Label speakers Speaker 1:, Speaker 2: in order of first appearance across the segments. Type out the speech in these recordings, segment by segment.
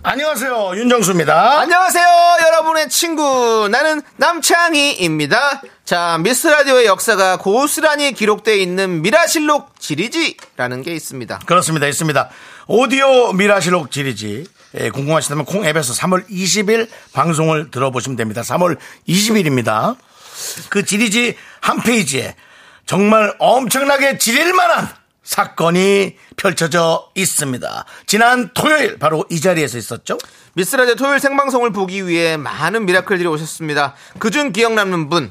Speaker 1: 안녕하세요 윤정수입니다.
Speaker 2: 안녕하세요, 여러분의 친구. 나는 남창희입니다. 자, 미스 라디오의 역사가 고스란히 기록되어 있는 미라실록 지리지라는 게 있습니다.
Speaker 1: 그렇습니다 있습니다. 오디오 미라실록 지리지 예, 궁금하시다면 콩 앱에서 3월 20일 방송을 들어보시면 됩니다. 3월 20일입니다. 그 지리지 한 페이지에 정말 엄청나게 지릴 만한 사건이 펼쳐져 있습니다. 지난 토요일 바로 이 자리에서 있었죠.
Speaker 2: 미스 라디오 토요일 생방송을 보기 위해 많은 미라클들이 오셨습니다. 그중 기억 남는 분.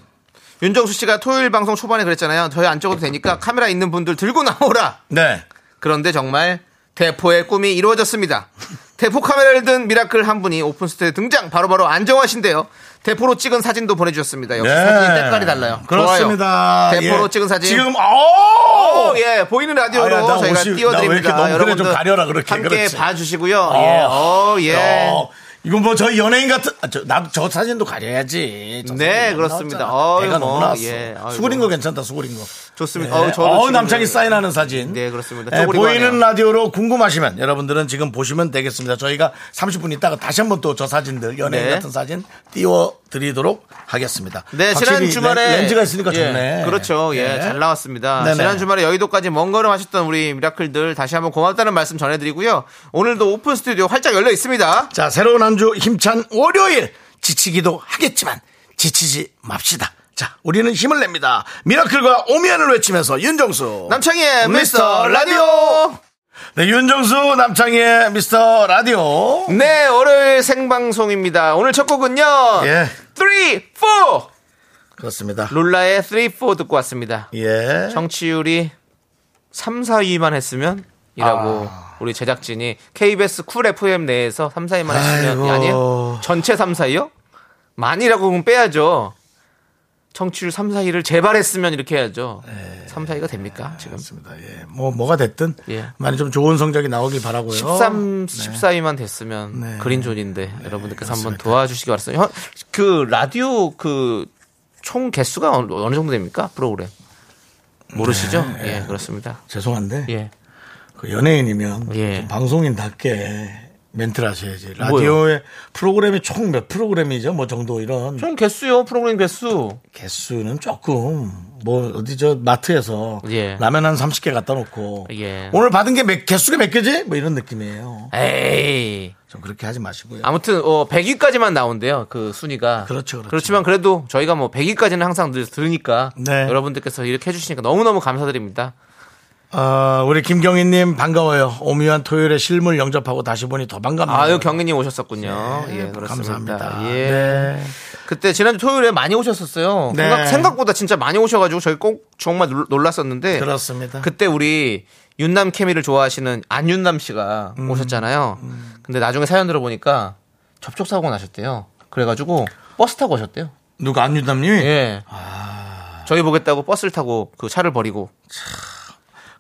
Speaker 2: 윤정수 씨가 토요일 방송 초반에 그랬잖아요. 저희 안 찍어도 되니까 카메라 있는 분들 들고 나오라.
Speaker 1: 네.
Speaker 2: 그런데 정말 대포의 꿈이 이루어졌습니다. 대포 카메라를 든 미라클 한 분이 오픈 스튜디오에 등장. 바로바로 안정화 씨인데요. 대포로 찍은 사진도 보내주셨습니다. 역시
Speaker 1: 네.
Speaker 2: 사진 색깔이 달라요.
Speaker 1: 그렇습니다.
Speaker 2: 좋아요. 대포로
Speaker 1: 예.
Speaker 2: 찍은 사진.
Speaker 1: 지금 오!
Speaker 2: 오, 예, 보이는 라디오로
Speaker 1: 아야, 나
Speaker 2: 저희가
Speaker 1: 옷이- 나왜 이렇게
Speaker 2: 띄워드립니다.
Speaker 1: 너무 그래, 좀
Speaker 2: 여러분들
Speaker 1: 가려라, 그렇게.
Speaker 2: 함께
Speaker 1: 그렇지.
Speaker 2: 봐주시고요. 예,
Speaker 1: 어,
Speaker 2: 어, 예.
Speaker 1: 야, 이건 뭐 저희 연예인 같은 아, 저, 나도 저 사진도 가려야지. 저
Speaker 2: 네,
Speaker 1: 사진이 너무
Speaker 2: 그렇습니다.
Speaker 1: 나왔잖아.
Speaker 2: 어이,
Speaker 1: 내가
Speaker 2: 뭐,
Speaker 1: 너무 나왔어.
Speaker 2: 예, 아이고.
Speaker 1: 수그린 거 괜찮다. 수그린 거.
Speaker 2: 좋습니다.
Speaker 1: 네.
Speaker 2: 어우, 저도
Speaker 1: 어우,
Speaker 2: 지금
Speaker 1: 남창이
Speaker 2: 예.
Speaker 1: 사인하는 사진.
Speaker 2: 네, 그렇습니다.
Speaker 1: 예,
Speaker 2: 쪼그리고
Speaker 1: 보이는
Speaker 2: 하네요.
Speaker 1: 라디오로 궁금하시면 여러분들은 지금 보시면 되겠습니다. 저희가 30분 있다가 다시 한번 또 저 사진들 연예인
Speaker 2: 네.
Speaker 1: 같은 사진 띄워드리도록 하겠습니다.
Speaker 2: 네,
Speaker 1: 확실히
Speaker 2: 지난 주말에
Speaker 1: 렌- 렌즈가 있으니까
Speaker 2: 예,
Speaker 1: 좋네.
Speaker 2: 그렇죠. 예, 잘 나왔습니다.
Speaker 1: 네네.
Speaker 2: 지난 주말에 여의도까지 먼 걸음 하셨던 우리 미라클들 다시 한번 고맙다는 말씀 전해드리고요. 오늘도 오픈 스튜디오 활짝 열려 있습니다.
Speaker 1: 자, 새로운 한 주 힘찬 월요일 지치기도 하겠지만 지치지 맙시다. 자, 우리는 힘을 냅니다. 미라클과 오미안을 외치면서 윤정수. 미스터
Speaker 2: 남창희의 미스터 라디오.
Speaker 1: 네, 윤정수 남창희의 미스터 라디오.
Speaker 2: 네, 월요일 생방송입니다. 오늘 첫 곡은요.
Speaker 1: 예.
Speaker 2: 3, 4!
Speaker 1: 그렇습니다.
Speaker 2: 룰라의 3, 4 듣고 왔습니다.
Speaker 1: 예.
Speaker 2: 청취율이 3, 4위만 했으면 이라고
Speaker 1: 아.
Speaker 2: 우리 제작진이 KBS 쿨 FM 내에서 3, 4위만 했으면
Speaker 1: 아이고.
Speaker 2: 아니요 전체 3, 4위요? 만이라고 그럼 빼야죠. 청취율 3, 4위를 재발했으면 이렇게 해야죠.
Speaker 1: 네.
Speaker 2: 3, 4위가 됩니까? 지금
Speaker 1: 그렇습니다. 예. 뭐 뭐가 됐든
Speaker 2: 예.
Speaker 1: 많이 좀 좋은 성적이 나오길 바라고요.
Speaker 2: 13, 14위만 됐으면
Speaker 1: 네.
Speaker 2: 그린존인데 여러분들께서 한번 도와주시기 바랍니다. 형, 그 라디오 그 총 개수가 어느, 어느 정도 됩니까? 프로그램. 모르시죠?
Speaker 1: 네.
Speaker 2: 예, 그렇습니다.
Speaker 1: 죄송한데
Speaker 2: 예.
Speaker 1: 그 연예인이면
Speaker 2: 예.
Speaker 1: 좀 방송인답게 멘트를 하셔야지. 라디오의 프로그램이 총 몇 프로그램이죠? 뭐 정도 이런
Speaker 2: 총 개수요 프로그램 개수
Speaker 1: 개수는 조금 뭐 어디 저 마트에서
Speaker 2: 예.
Speaker 1: 라면 한 30개 갖다 놓고
Speaker 2: 예.
Speaker 1: 오늘 받은 게 몇, 개수가 몇 개지? 뭐 이런 느낌이에요.
Speaker 2: 에이
Speaker 1: 좀 그렇게 하지 마시고요.
Speaker 2: 아무튼 어 100위까지만 나온대요 그 순위가
Speaker 1: 그렇죠, 그렇죠.
Speaker 2: 지만 그래도 저희가 뭐 100위까지는 항상 늘 들으니까
Speaker 1: 네.
Speaker 2: 여러분들께서 이렇게 해주시니까 너무너무 감사드립니다
Speaker 1: 아, 우리 김경희님 반가워요. 오묘한 토요일에 실물 영접하고 다시 보니 더 반갑네요.
Speaker 2: 아유 경민님 오셨었군요 예 그렇습니다
Speaker 1: 네. 감사합니다.
Speaker 2: 예
Speaker 1: 네.
Speaker 2: 그때 지난주 토요일에 많이 오셨었어요
Speaker 1: 네.
Speaker 2: 생각, 보다 진짜 많이 오셔가지고 저희 꼭 정말 놀- 놀랐었는데
Speaker 1: 그렇습니다.
Speaker 2: 그때 우리 윤남 케미를 좋아하시는 안윤남 씨가
Speaker 1: 음.
Speaker 2: 오셨잖아요. 근데 나중에 사연 들어보니까 접촉 사고 나셨대요. 그래가지고 버스 타고 오셨대요.
Speaker 1: 누가 안유담님이
Speaker 2: 예.
Speaker 1: 아.
Speaker 2: 저희 보겠다고 버스를 타고 그 차를 버리고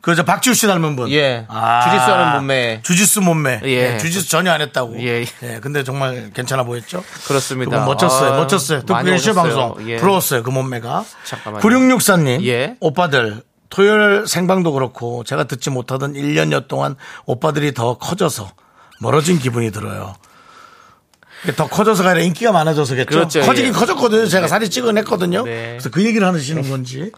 Speaker 1: 그저 박지우 씨 닮은 분. 아,
Speaker 2: 예. 주짓수 하는 몸매.
Speaker 1: 주짓수 몸매.
Speaker 2: 예.
Speaker 1: 예, 주짓수 전혀 안 했다고.
Speaker 2: 예.
Speaker 1: 근데 정말 괜찮아 보였죠.
Speaker 2: 그렇습니다.
Speaker 1: 그분 멋졌어요.
Speaker 2: 아유,
Speaker 1: 멋졌어요. 듣고
Speaker 2: 많이
Speaker 1: 계시죠,
Speaker 2: 오셨어요.
Speaker 1: 방송.
Speaker 2: 예.
Speaker 1: 부러웠어요, 그 몸매가.
Speaker 2: 잠깐만요.
Speaker 1: 9664님.
Speaker 2: 예.
Speaker 1: 오빠들. 토요일 생방도 그렇고 제가 듣지 못하던 1년여 동안 오빠들이 더 커져서 멀어진 기분이 들어요. 이게 더 커져서가 아니라 인기가 많아져서겠죠.
Speaker 2: 그렇죠,
Speaker 1: 커지긴
Speaker 2: 예.
Speaker 1: 커졌거든요. 제가 살이 찌그냈거든요.
Speaker 2: 네.
Speaker 1: 그래서 그 얘기를 하시는 건지.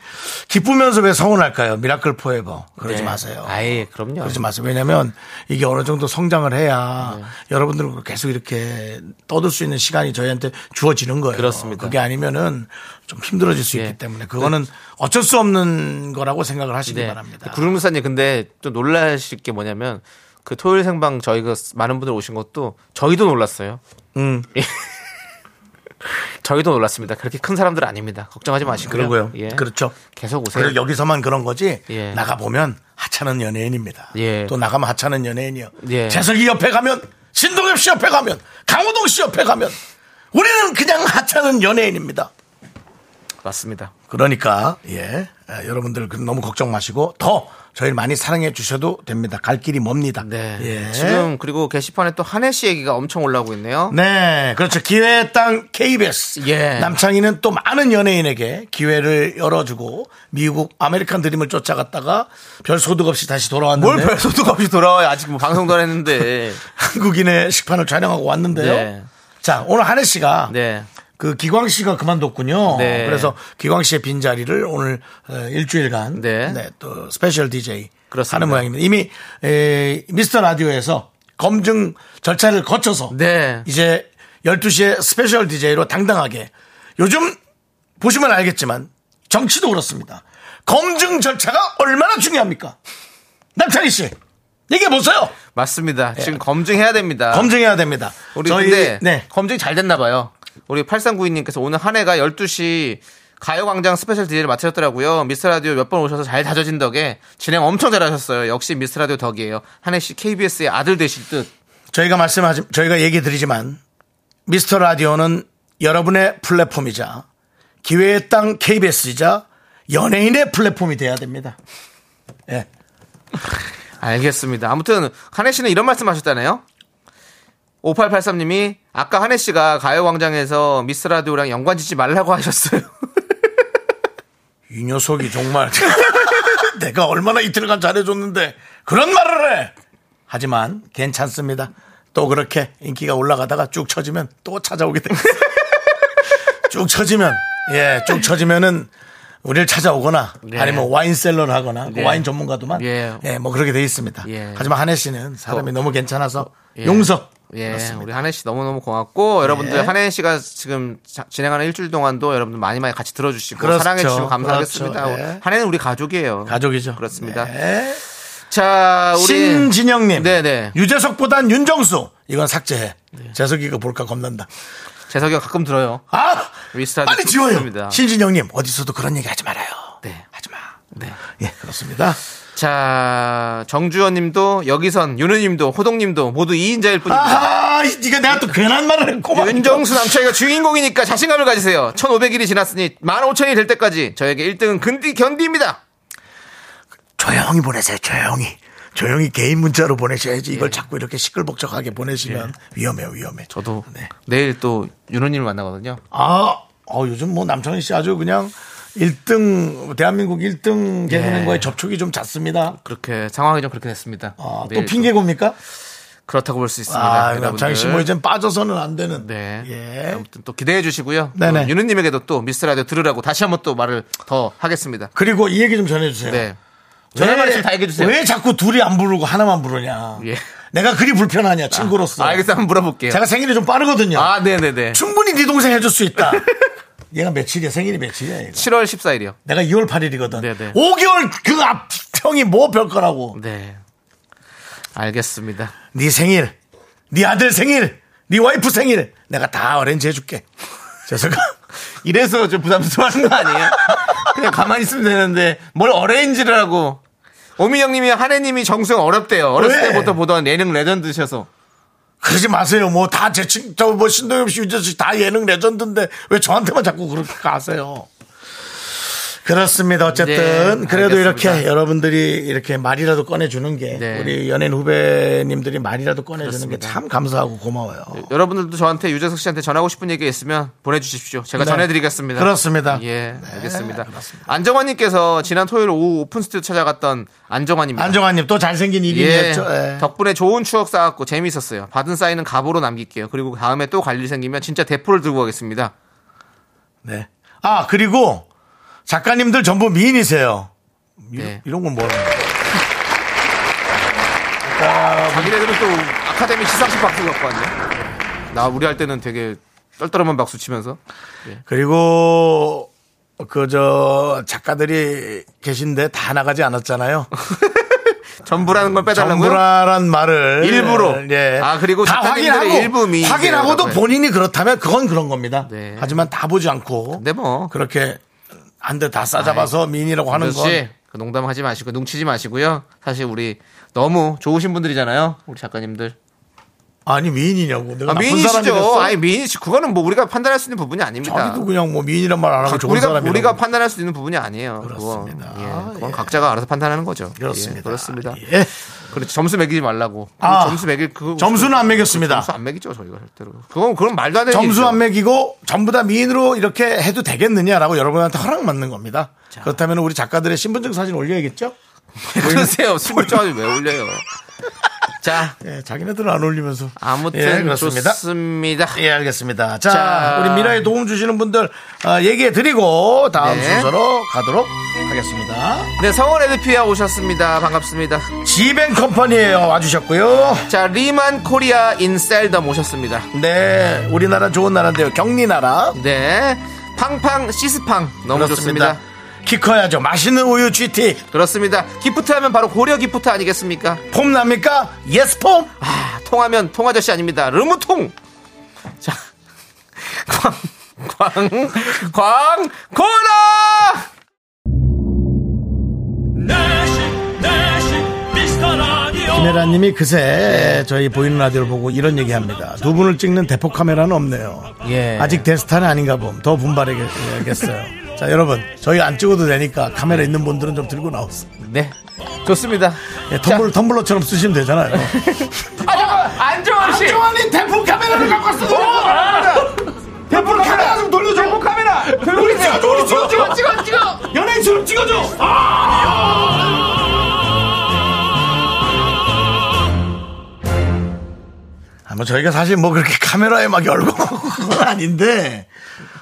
Speaker 1: 기쁘면서 왜 서운할까요? 미라클 포에버. 그러지
Speaker 2: 네.
Speaker 1: 마세요.
Speaker 2: 아예 그럼요.
Speaker 1: 그러지 마세요. 왜냐면 이게 어느 정도 성장을 해야
Speaker 2: 네.
Speaker 1: 여러분들은 계속 이렇게 떠들 수 있는 시간이 저희한테 주어지는 거예요.
Speaker 2: 그렇습니다.
Speaker 1: 그게 아니면은 좀 힘들어질 수
Speaker 2: 예.
Speaker 1: 있기 때문에 그거는 어쩔 수 없는 거라고 생각을 하시기
Speaker 2: 네.
Speaker 1: 바랍니다.
Speaker 2: 구름사님 근데 좀 놀라실 게 뭐냐면 그 토요일 생방 저희가 많은 분들 오신 것도 저희도 놀랐어요. 예.
Speaker 1: 음.
Speaker 2: 저희도 놀랐습니다. 그렇게 큰 사람들 아닙니다. 걱정하지 마시고요.
Speaker 1: 그러고요.
Speaker 2: 예.
Speaker 1: 그렇죠.
Speaker 2: 계속 오세요.
Speaker 1: 그리고 여기서만 그런 거지
Speaker 2: 예.
Speaker 1: 나가 보면 하찮은 연예인입니다.
Speaker 2: 예.
Speaker 1: 또 나가면 하찮은 연예인이요.
Speaker 2: 예.
Speaker 1: 재석이 옆에 가면 신동엽 씨 옆에 가면 강호동 씨 옆에 가면 우리는 그냥 하찮은 연예인입니다.
Speaker 2: 맞습니다.
Speaker 1: 그러니까 예 아, 여러분들 그 너무 걱정 마시고 더 저희를 많이 사랑해 주셔도 됩니다. 갈 길이 멉니다.
Speaker 2: 네.
Speaker 1: 예.
Speaker 2: 지금 그리고 게시판에 또 한혜 씨 얘기가 엄청 올라오고 있네요.
Speaker 1: 네, 그렇죠. 기회의 땅 KBS.
Speaker 2: 예.
Speaker 1: 남창희는 또 많은 연예인에게 기회를 열어주고 미국 아메리칸 드림을 쫓아갔다가 별 소득 없이 다시 돌아왔는데
Speaker 2: 뭘 별소득 없이 돌아와요. 아직 뭐 방송도 안 했는데.
Speaker 1: 한국인의 식판을 촬영하고 왔는데요.
Speaker 2: 네.
Speaker 1: 자, 오늘 한혜 씨가
Speaker 2: 네.
Speaker 1: 그 기광 씨가 그만뒀군요.
Speaker 2: 네.
Speaker 1: 그래서 기광 씨의 빈 자리를 오늘 어, 일주일간
Speaker 2: 네.
Speaker 1: 네, 또 스페셜 DJ
Speaker 2: 그렇습니다.
Speaker 1: 하는 모양입니다. 이미 에, 미스터 라디오에서 검증 절차를 거쳐서
Speaker 2: 네.
Speaker 1: 이제 12시에 스페셜 DJ로 당당하게 요즘 보시면 알겠지만 정치도 그렇습니다. 검증 절차가 얼마나 중요합니까? 남창희 씨 얘기해 보세요.
Speaker 2: 맞습니다. 지금 검증해야 됩니다.
Speaker 1: 예. 검증해야 됩니다.
Speaker 2: 아. 우리 근데
Speaker 1: 네.
Speaker 2: 검증이 잘 됐나 봐요. 우리 8392님께서 오늘 한 해가 12시 가요광장 스페셜 DJ를 맡으셨더라고요. 미스터라디오 몇 번 오셔서 잘 다져진 덕에 진행 엄청 잘하셨어요. 역시 미스터라디오 덕이에요. 한혜 씨 KBS의 아들 되실 듯.
Speaker 1: 저희가 말씀하지 저희가 얘기 드리지만 미스터 라디오는 여러분의 플랫폼이자 기회의 땅 KBS이자 연예인의 플랫폼이 돼야 됩니다. 예.
Speaker 2: 알겠습니다. 아무튼 한혜 씨는 이런 말씀하셨잖아요. 5883님이 아까 한혜 씨가 가요광장에서 미스라디오랑 연관 짓지 말라고 하셨어요.
Speaker 1: 이 녀석이 정말 내가 얼마나 이틀간 잘해줬는데 그런 말을 해. 하지만 괜찮습니다. 또 그렇게 인기가 올라가다가 쭉 처지면 또 찾아오게 됩니다. 쭉 처지면 예, 쭉 처지면은 우리를 찾아오거나
Speaker 2: 네.
Speaker 1: 아니면 와인 셀러를 하거나 그
Speaker 2: 예.
Speaker 1: 와인 전문가도만
Speaker 2: 예.
Speaker 1: 예. 뭐 그렇게 돼 있습니다.
Speaker 2: 예.
Speaker 1: 하지만 한혜 씨는 사람이
Speaker 2: 어.
Speaker 1: 너무 괜찮아서
Speaker 2: 예.
Speaker 1: 용서.
Speaker 2: 예,
Speaker 1: 그렇습니다.
Speaker 2: 우리 한혜 씨 너무너무 고맙고 여러분들
Speaker 1: 예.
Speaker 2: 한혜 씨가 지금 자- 진행하는 일주일 동안도 여러분들 많이 많이 같이 들어주시고
Speaker 1: 그렇죠.
Speaker 2: 사랑해 주시면 감사하겠습니다.
Speaker 1: 그렇죠. 예.
Speaker 2: 한혜는 우리 가족이에요.
Speaker 1: 가족이죠.
Speaker 2: 그렇습니다.
Speaker 1: 네.
Speaker 2: 자, 우리
Speaker 1: 신진영님.
Speaker 2: 네네. 네.
Speaker 1: 유재석보단 윤정수. 이건 삭제해. 재석이가 볼까 겁난다.
Speaker 2: 재석이 형 가끔 들어요.
Speaker 1: 아!
Speaker 2: 리스타트
Speaker 1: 빨리 지워요.
Speaker 2: 좋습니다.
Speaker 1: 신진영님, 어디서도 그런 얘기 하지 말아요.
Speaker 2: 네.
Speaker 1: 하지 마.
Speaker 2: 네.
Speaker 1: 예, 그렇습니다.
Speaker 2: 자, 정주현 님도 여기선 윤우 님도 호동 님도 모두 2인자일 뿐입니다.
Speaker 1: 아, 니가 내가 또 괜한 말을 했고.
Speaker 2: 윤정수 남창희가 주인공이니까 자신감을 가지세요. 1500일이 지났으니 15,000이 될 때까지 저에게 1등은 근디 견디입니다.
Speaker 1: 조용히 보내세요, 조용히. 조용히 개인 문자로 보내셔야지 이걸 자꾸 이렇게 시끌벅적하게 보내시면 위험해요, 위험해.
Speaker 2: 예. 저도
Speaker 1: 네.
Speaker 2: 내일 또 윤호님을 만나거든요.
Speaker 1: 아, 어, 요즘 뭐 남창희 씨 아주 그냥 1등, 대한민국 1등 개그맨과의
Speaker 2: 네.
Speaker 1: 접촉이 좀 잦습니다.
Speaker 2: 그렇게 상황이 좀 그렇게 됐습니다.
Speaker 1: 아, 또
Speaker 2: 내일
Speaker 1: 핑계고입니까?
Speaker 2: 그렇다고 볼 수 있습니다.
Speaker 1: 아,
Speaker 2: 여러분들.
Speaker 1: 남창희 씨뭐 이젠 빠져서는 안 되는.
Speaker 2: 네.
Speaker 1: 예.
Speaker 2: 아무튼 또 기대해 주시고요.
Speaker 1: 네네.
Speaker 2: 또 윤호님에게도 또 미스라디오 들으라고 다시 한번 또 말을 더 하겠습니다.
Speaker 1: 그리고 이 얘기 좀 전해주세요.
Speaker 2: 네.
Speaker 1: 왜-
Speaker 2: 전화 말씀 다 얘기해 주세요.
Speaker 1: 왜 자꾸 둘이 안 부르고 하나만 부르냐.
Speaker 2: 예. 아,
Speaker 1: 내가 그리 불편하냐, 친구로서.
Speaker 2: 알겠어 한번 물어볼게요.
Speaker 1: 제가 생일이 좀 빠르거든요.
Speaker 2: 아, 네네네.
Speaker 1: 충분히 네 동생 해줄 수 있다. 얘가 며칠이야, 생일이 며칠이야, 얘가.
Speaker 2: 7월 14일이요.
Speaker 1: 내가 2월 8일이거든.
Speaker 2: 네네.
Speaker 1: 5개월 그 앞 평이 뭐 별 거라고.
Speaker 2: 네. 알겠습니다.
Speaker 1: 네 생일, 네 아들 생일, 네 와이프 생일 내가 다 어렌지 해줄게. 재석아.
Speaker 2: 이래서 좀 부담스러워하는 거 아니에요? 그냥 가만히 있으면 되는데 뭘 어레인지를 하고 오민영님이 한혜님이 정수영 어렵대요. 어렸을
Speaker 1: 왜?
Speaker 2: 때부터 보던 예능 레전드셔서
Speaker 1: 그러지 마세요. 뭐 다 제 친, 저뭐 신동엽 씨, 유재석 씨 다 예능 레전드인데 왜 저한테만 자꾸 그렇게 가세요? 그렇습니다. 어쨌든
Speaker 2: 네,
Speaker 1: 그래도
Speaker 2: 알겠습니다.
Speaker 1: 이렇게 여러분들이 이렇게 말이라도 꺼내주는 게
Speaker 2: 네.
Speaker 1: 우리 연예인 후배님들이 말이라도 꺼내주는 게
Speaker 2: 그렇습니다.
Speaker 1: 참 감사하고 고마워요.
Speaker 2: 여러분들도 저한테 유재석 씨한테 전하고 싶은 얘기 있으면 보내주십시오. 제가
Speaker 1: 네.
Speaker 2: 전해드리겠습니다.
Speaker 1: 그렇습니다. 네,
Speaker 2: 예, 알겠습니다.
Speaker 1: 그렇습니다.
Speaker 2: 안정환님께서 지난 토요일 오후 오픈 스튜디오 찾아갔던 안정환입니다.
Speaker 1: 안정환님 또 잘생긴
Speaker 2: 예,
Speaker 1: 일인이었죠. 예.
Speaker 2: 덕분에 좋은 추억 쌓았고 재미있었어요. 받은 사인은 가보로 남길게요. 그리고 다음에 또 갈 일 생기면 진짜 대포를 들고 가겠습니다.
Speaker 1: 네. 아 그리고 작가님들 전부 미인이세요. 이-
Speaker 2: 네.
Speaker 1: 이런 건 뭐라고? 아,
Speaker 2: 자기네들은 또 아카데미 시상식 박수 갖고 왔네. 나 우리 할 때는 되게 떨떠름한 박수 치면서. 네.
Speaker 1: 그리고 그 저 작가들이 계신데 다 나가지 않았잖아요.
Speaker 2: 전부라는 걸 빼달라고요?
Speaker 1: 정부라란 말을
Speaker 2: 일부로.
Speaker 1: 예.
Speaker 2: 아, 그리고
Speaker 1: 다
Speaker 2: 작가님들의
Speaker 1: 확인하고
Speaker 2: 일부 미인이세요,
Speaker 1: 확인하고도
Speaker 2: 여러분.
Speaker 1: 본인이 그렇다면 그건 그런 겁니다.
Speaker 2: 네.
Speaker 1: 하지만 다 보지 않고
Speaker 2: 근데 뭐.
Speaker 1: 그렇게 한 대 다 싸잡아서 미인이라고 하는
Speaker 2: 그렇지.
Speaker 1: 건
Speaker 2: 그 농담하지 마시고 눈치지 마시고요. 사실 우리 너무 좋으신 분들이잖아요. 우리 작가님들.
Speaker 1: 아니 미인이냐고. 내가
Speaker 2: 아,
Speaker 1: 나쁜
Speaker 2: 미인이시죠.
Speaker 1: 사람이랬어?
Speaker 2: 아니 미인이시 그거는 뭐 우리가 판단할 수 있는 부분이 아닙니다.
Speaker 1: 자기도 그냥 뭐 미인이란 말 안 하고 좋은
Speaker 2: 우리가
Speaker 1: 사람이라고.
Speaker 2: 우리가 판단할 수 있는 부분이 아니에요.
Speaker 1: 그렇습니다.
Speaker 2: 그건, 예, 그건
Speaker 1: 예.
Speaker 2: 각자가 알아서 판단하는 거죠.
Speaker 1: 그렇습니다.
Speaker 2: 예, 그렇습니다.
Speaker 1: 예.
Speaker 2: 그렇 점수 매기지 말라고.
Speaker 1: 아,
Speaker 2: 점수 매길 그
Speaker 1: 점수는 안 매겼습니다.
Speaker 2: 점수 안 매기죠 저희가 절대로. 그건 그건 말도 안 되는
Speaker 1: 점수
Speaker 2: 일이죠.
Speaker 1: 안 매기고 전부 다 미인으로 이렇게 해도 되겠느냐라고 여러분한테 허락 맞는 겁니다. 그렇다면 우리 작가들의 신분증 사진 올려야겠죠?
Speaker 2: 그러세요. 술자왜 올려요? 자
Speaker 1: 예, 자기네들은 안 올리면서.
Speaker 2: 아무튼
Speaker 1: 예, 그렇습니다.
Speaker 2: 좋습니다.
Speaker 1: 예, 알겠습니다. 자,
Speaker 2: 자.
Speaker 1: 우리 미라에 도움 주시는 분들 어, 얘기해 드리고 다음
Speaker 2: 네.
Speaker 1: 순서로 가도록 하겠습니다.
Speaker 2: 네 성원 에드피아 오셨습니다. 반갑습니다.
Speaker 1: 지벤 컴퍼니에요. 와주셨고요.
Speaker 2: 자 리만 코리아 인셀덤 오셨습니다.
Speaker 1: 네, 우리나라 좋은 나라인데요. 격리 나라.
Speaker 2: 네 팡팡 시스팡 너무
Speaker 1: 그렇습니다.
Speaker 2: 좋습니다.
Speaker 1: 키 커야죠. 맛있는 우유 GT
Speaker 2: 그렇습니다. 기프트 하면 바로 고려 기프트 아니겠습니까?
Speaker 1: 폼 납니까? 예스 폼.
Speaker 2: 아, 통하면 통아저씨 아닙니다. 르무통. 자, 광, 광, 광, 코너!
Speaker 3: 내식 내식 미스터 라디오
Speaker 1: 김혜라님이 그새 저희 보이는 라디오를 보고 이런 얘기합니다. 두 분을 찍는 대포 카메라는 없네요.
Speaker 2: 예.
Speaker 1: 아직 데스타는 아닌가 봄. 더 분발해야겠어요. 자 여러분 저희 안 찍어도 되니까 카메라 있는 분들은 좀 들고 나오세요.
Speaker 2: 네. 좋습니다.
Speaker 1: 예, 텀블러, 텀블러처럼 쓰시면 되잖아요.
Speaker 2: 안정환 씨!
Speaker 1: 안정환님 대포 카메라를 갖고 왔어요. 대포 카메라 좀 돌려줘. 대포 카메라. 우리 찍어줘, 우리 찍어줘, 찍어, 찍어, 찍어. 연예인처럼 찍어줘. 아, 뭐 저희가 사실 뭐 그렇게 카메라에 막 열고 그건 아닌데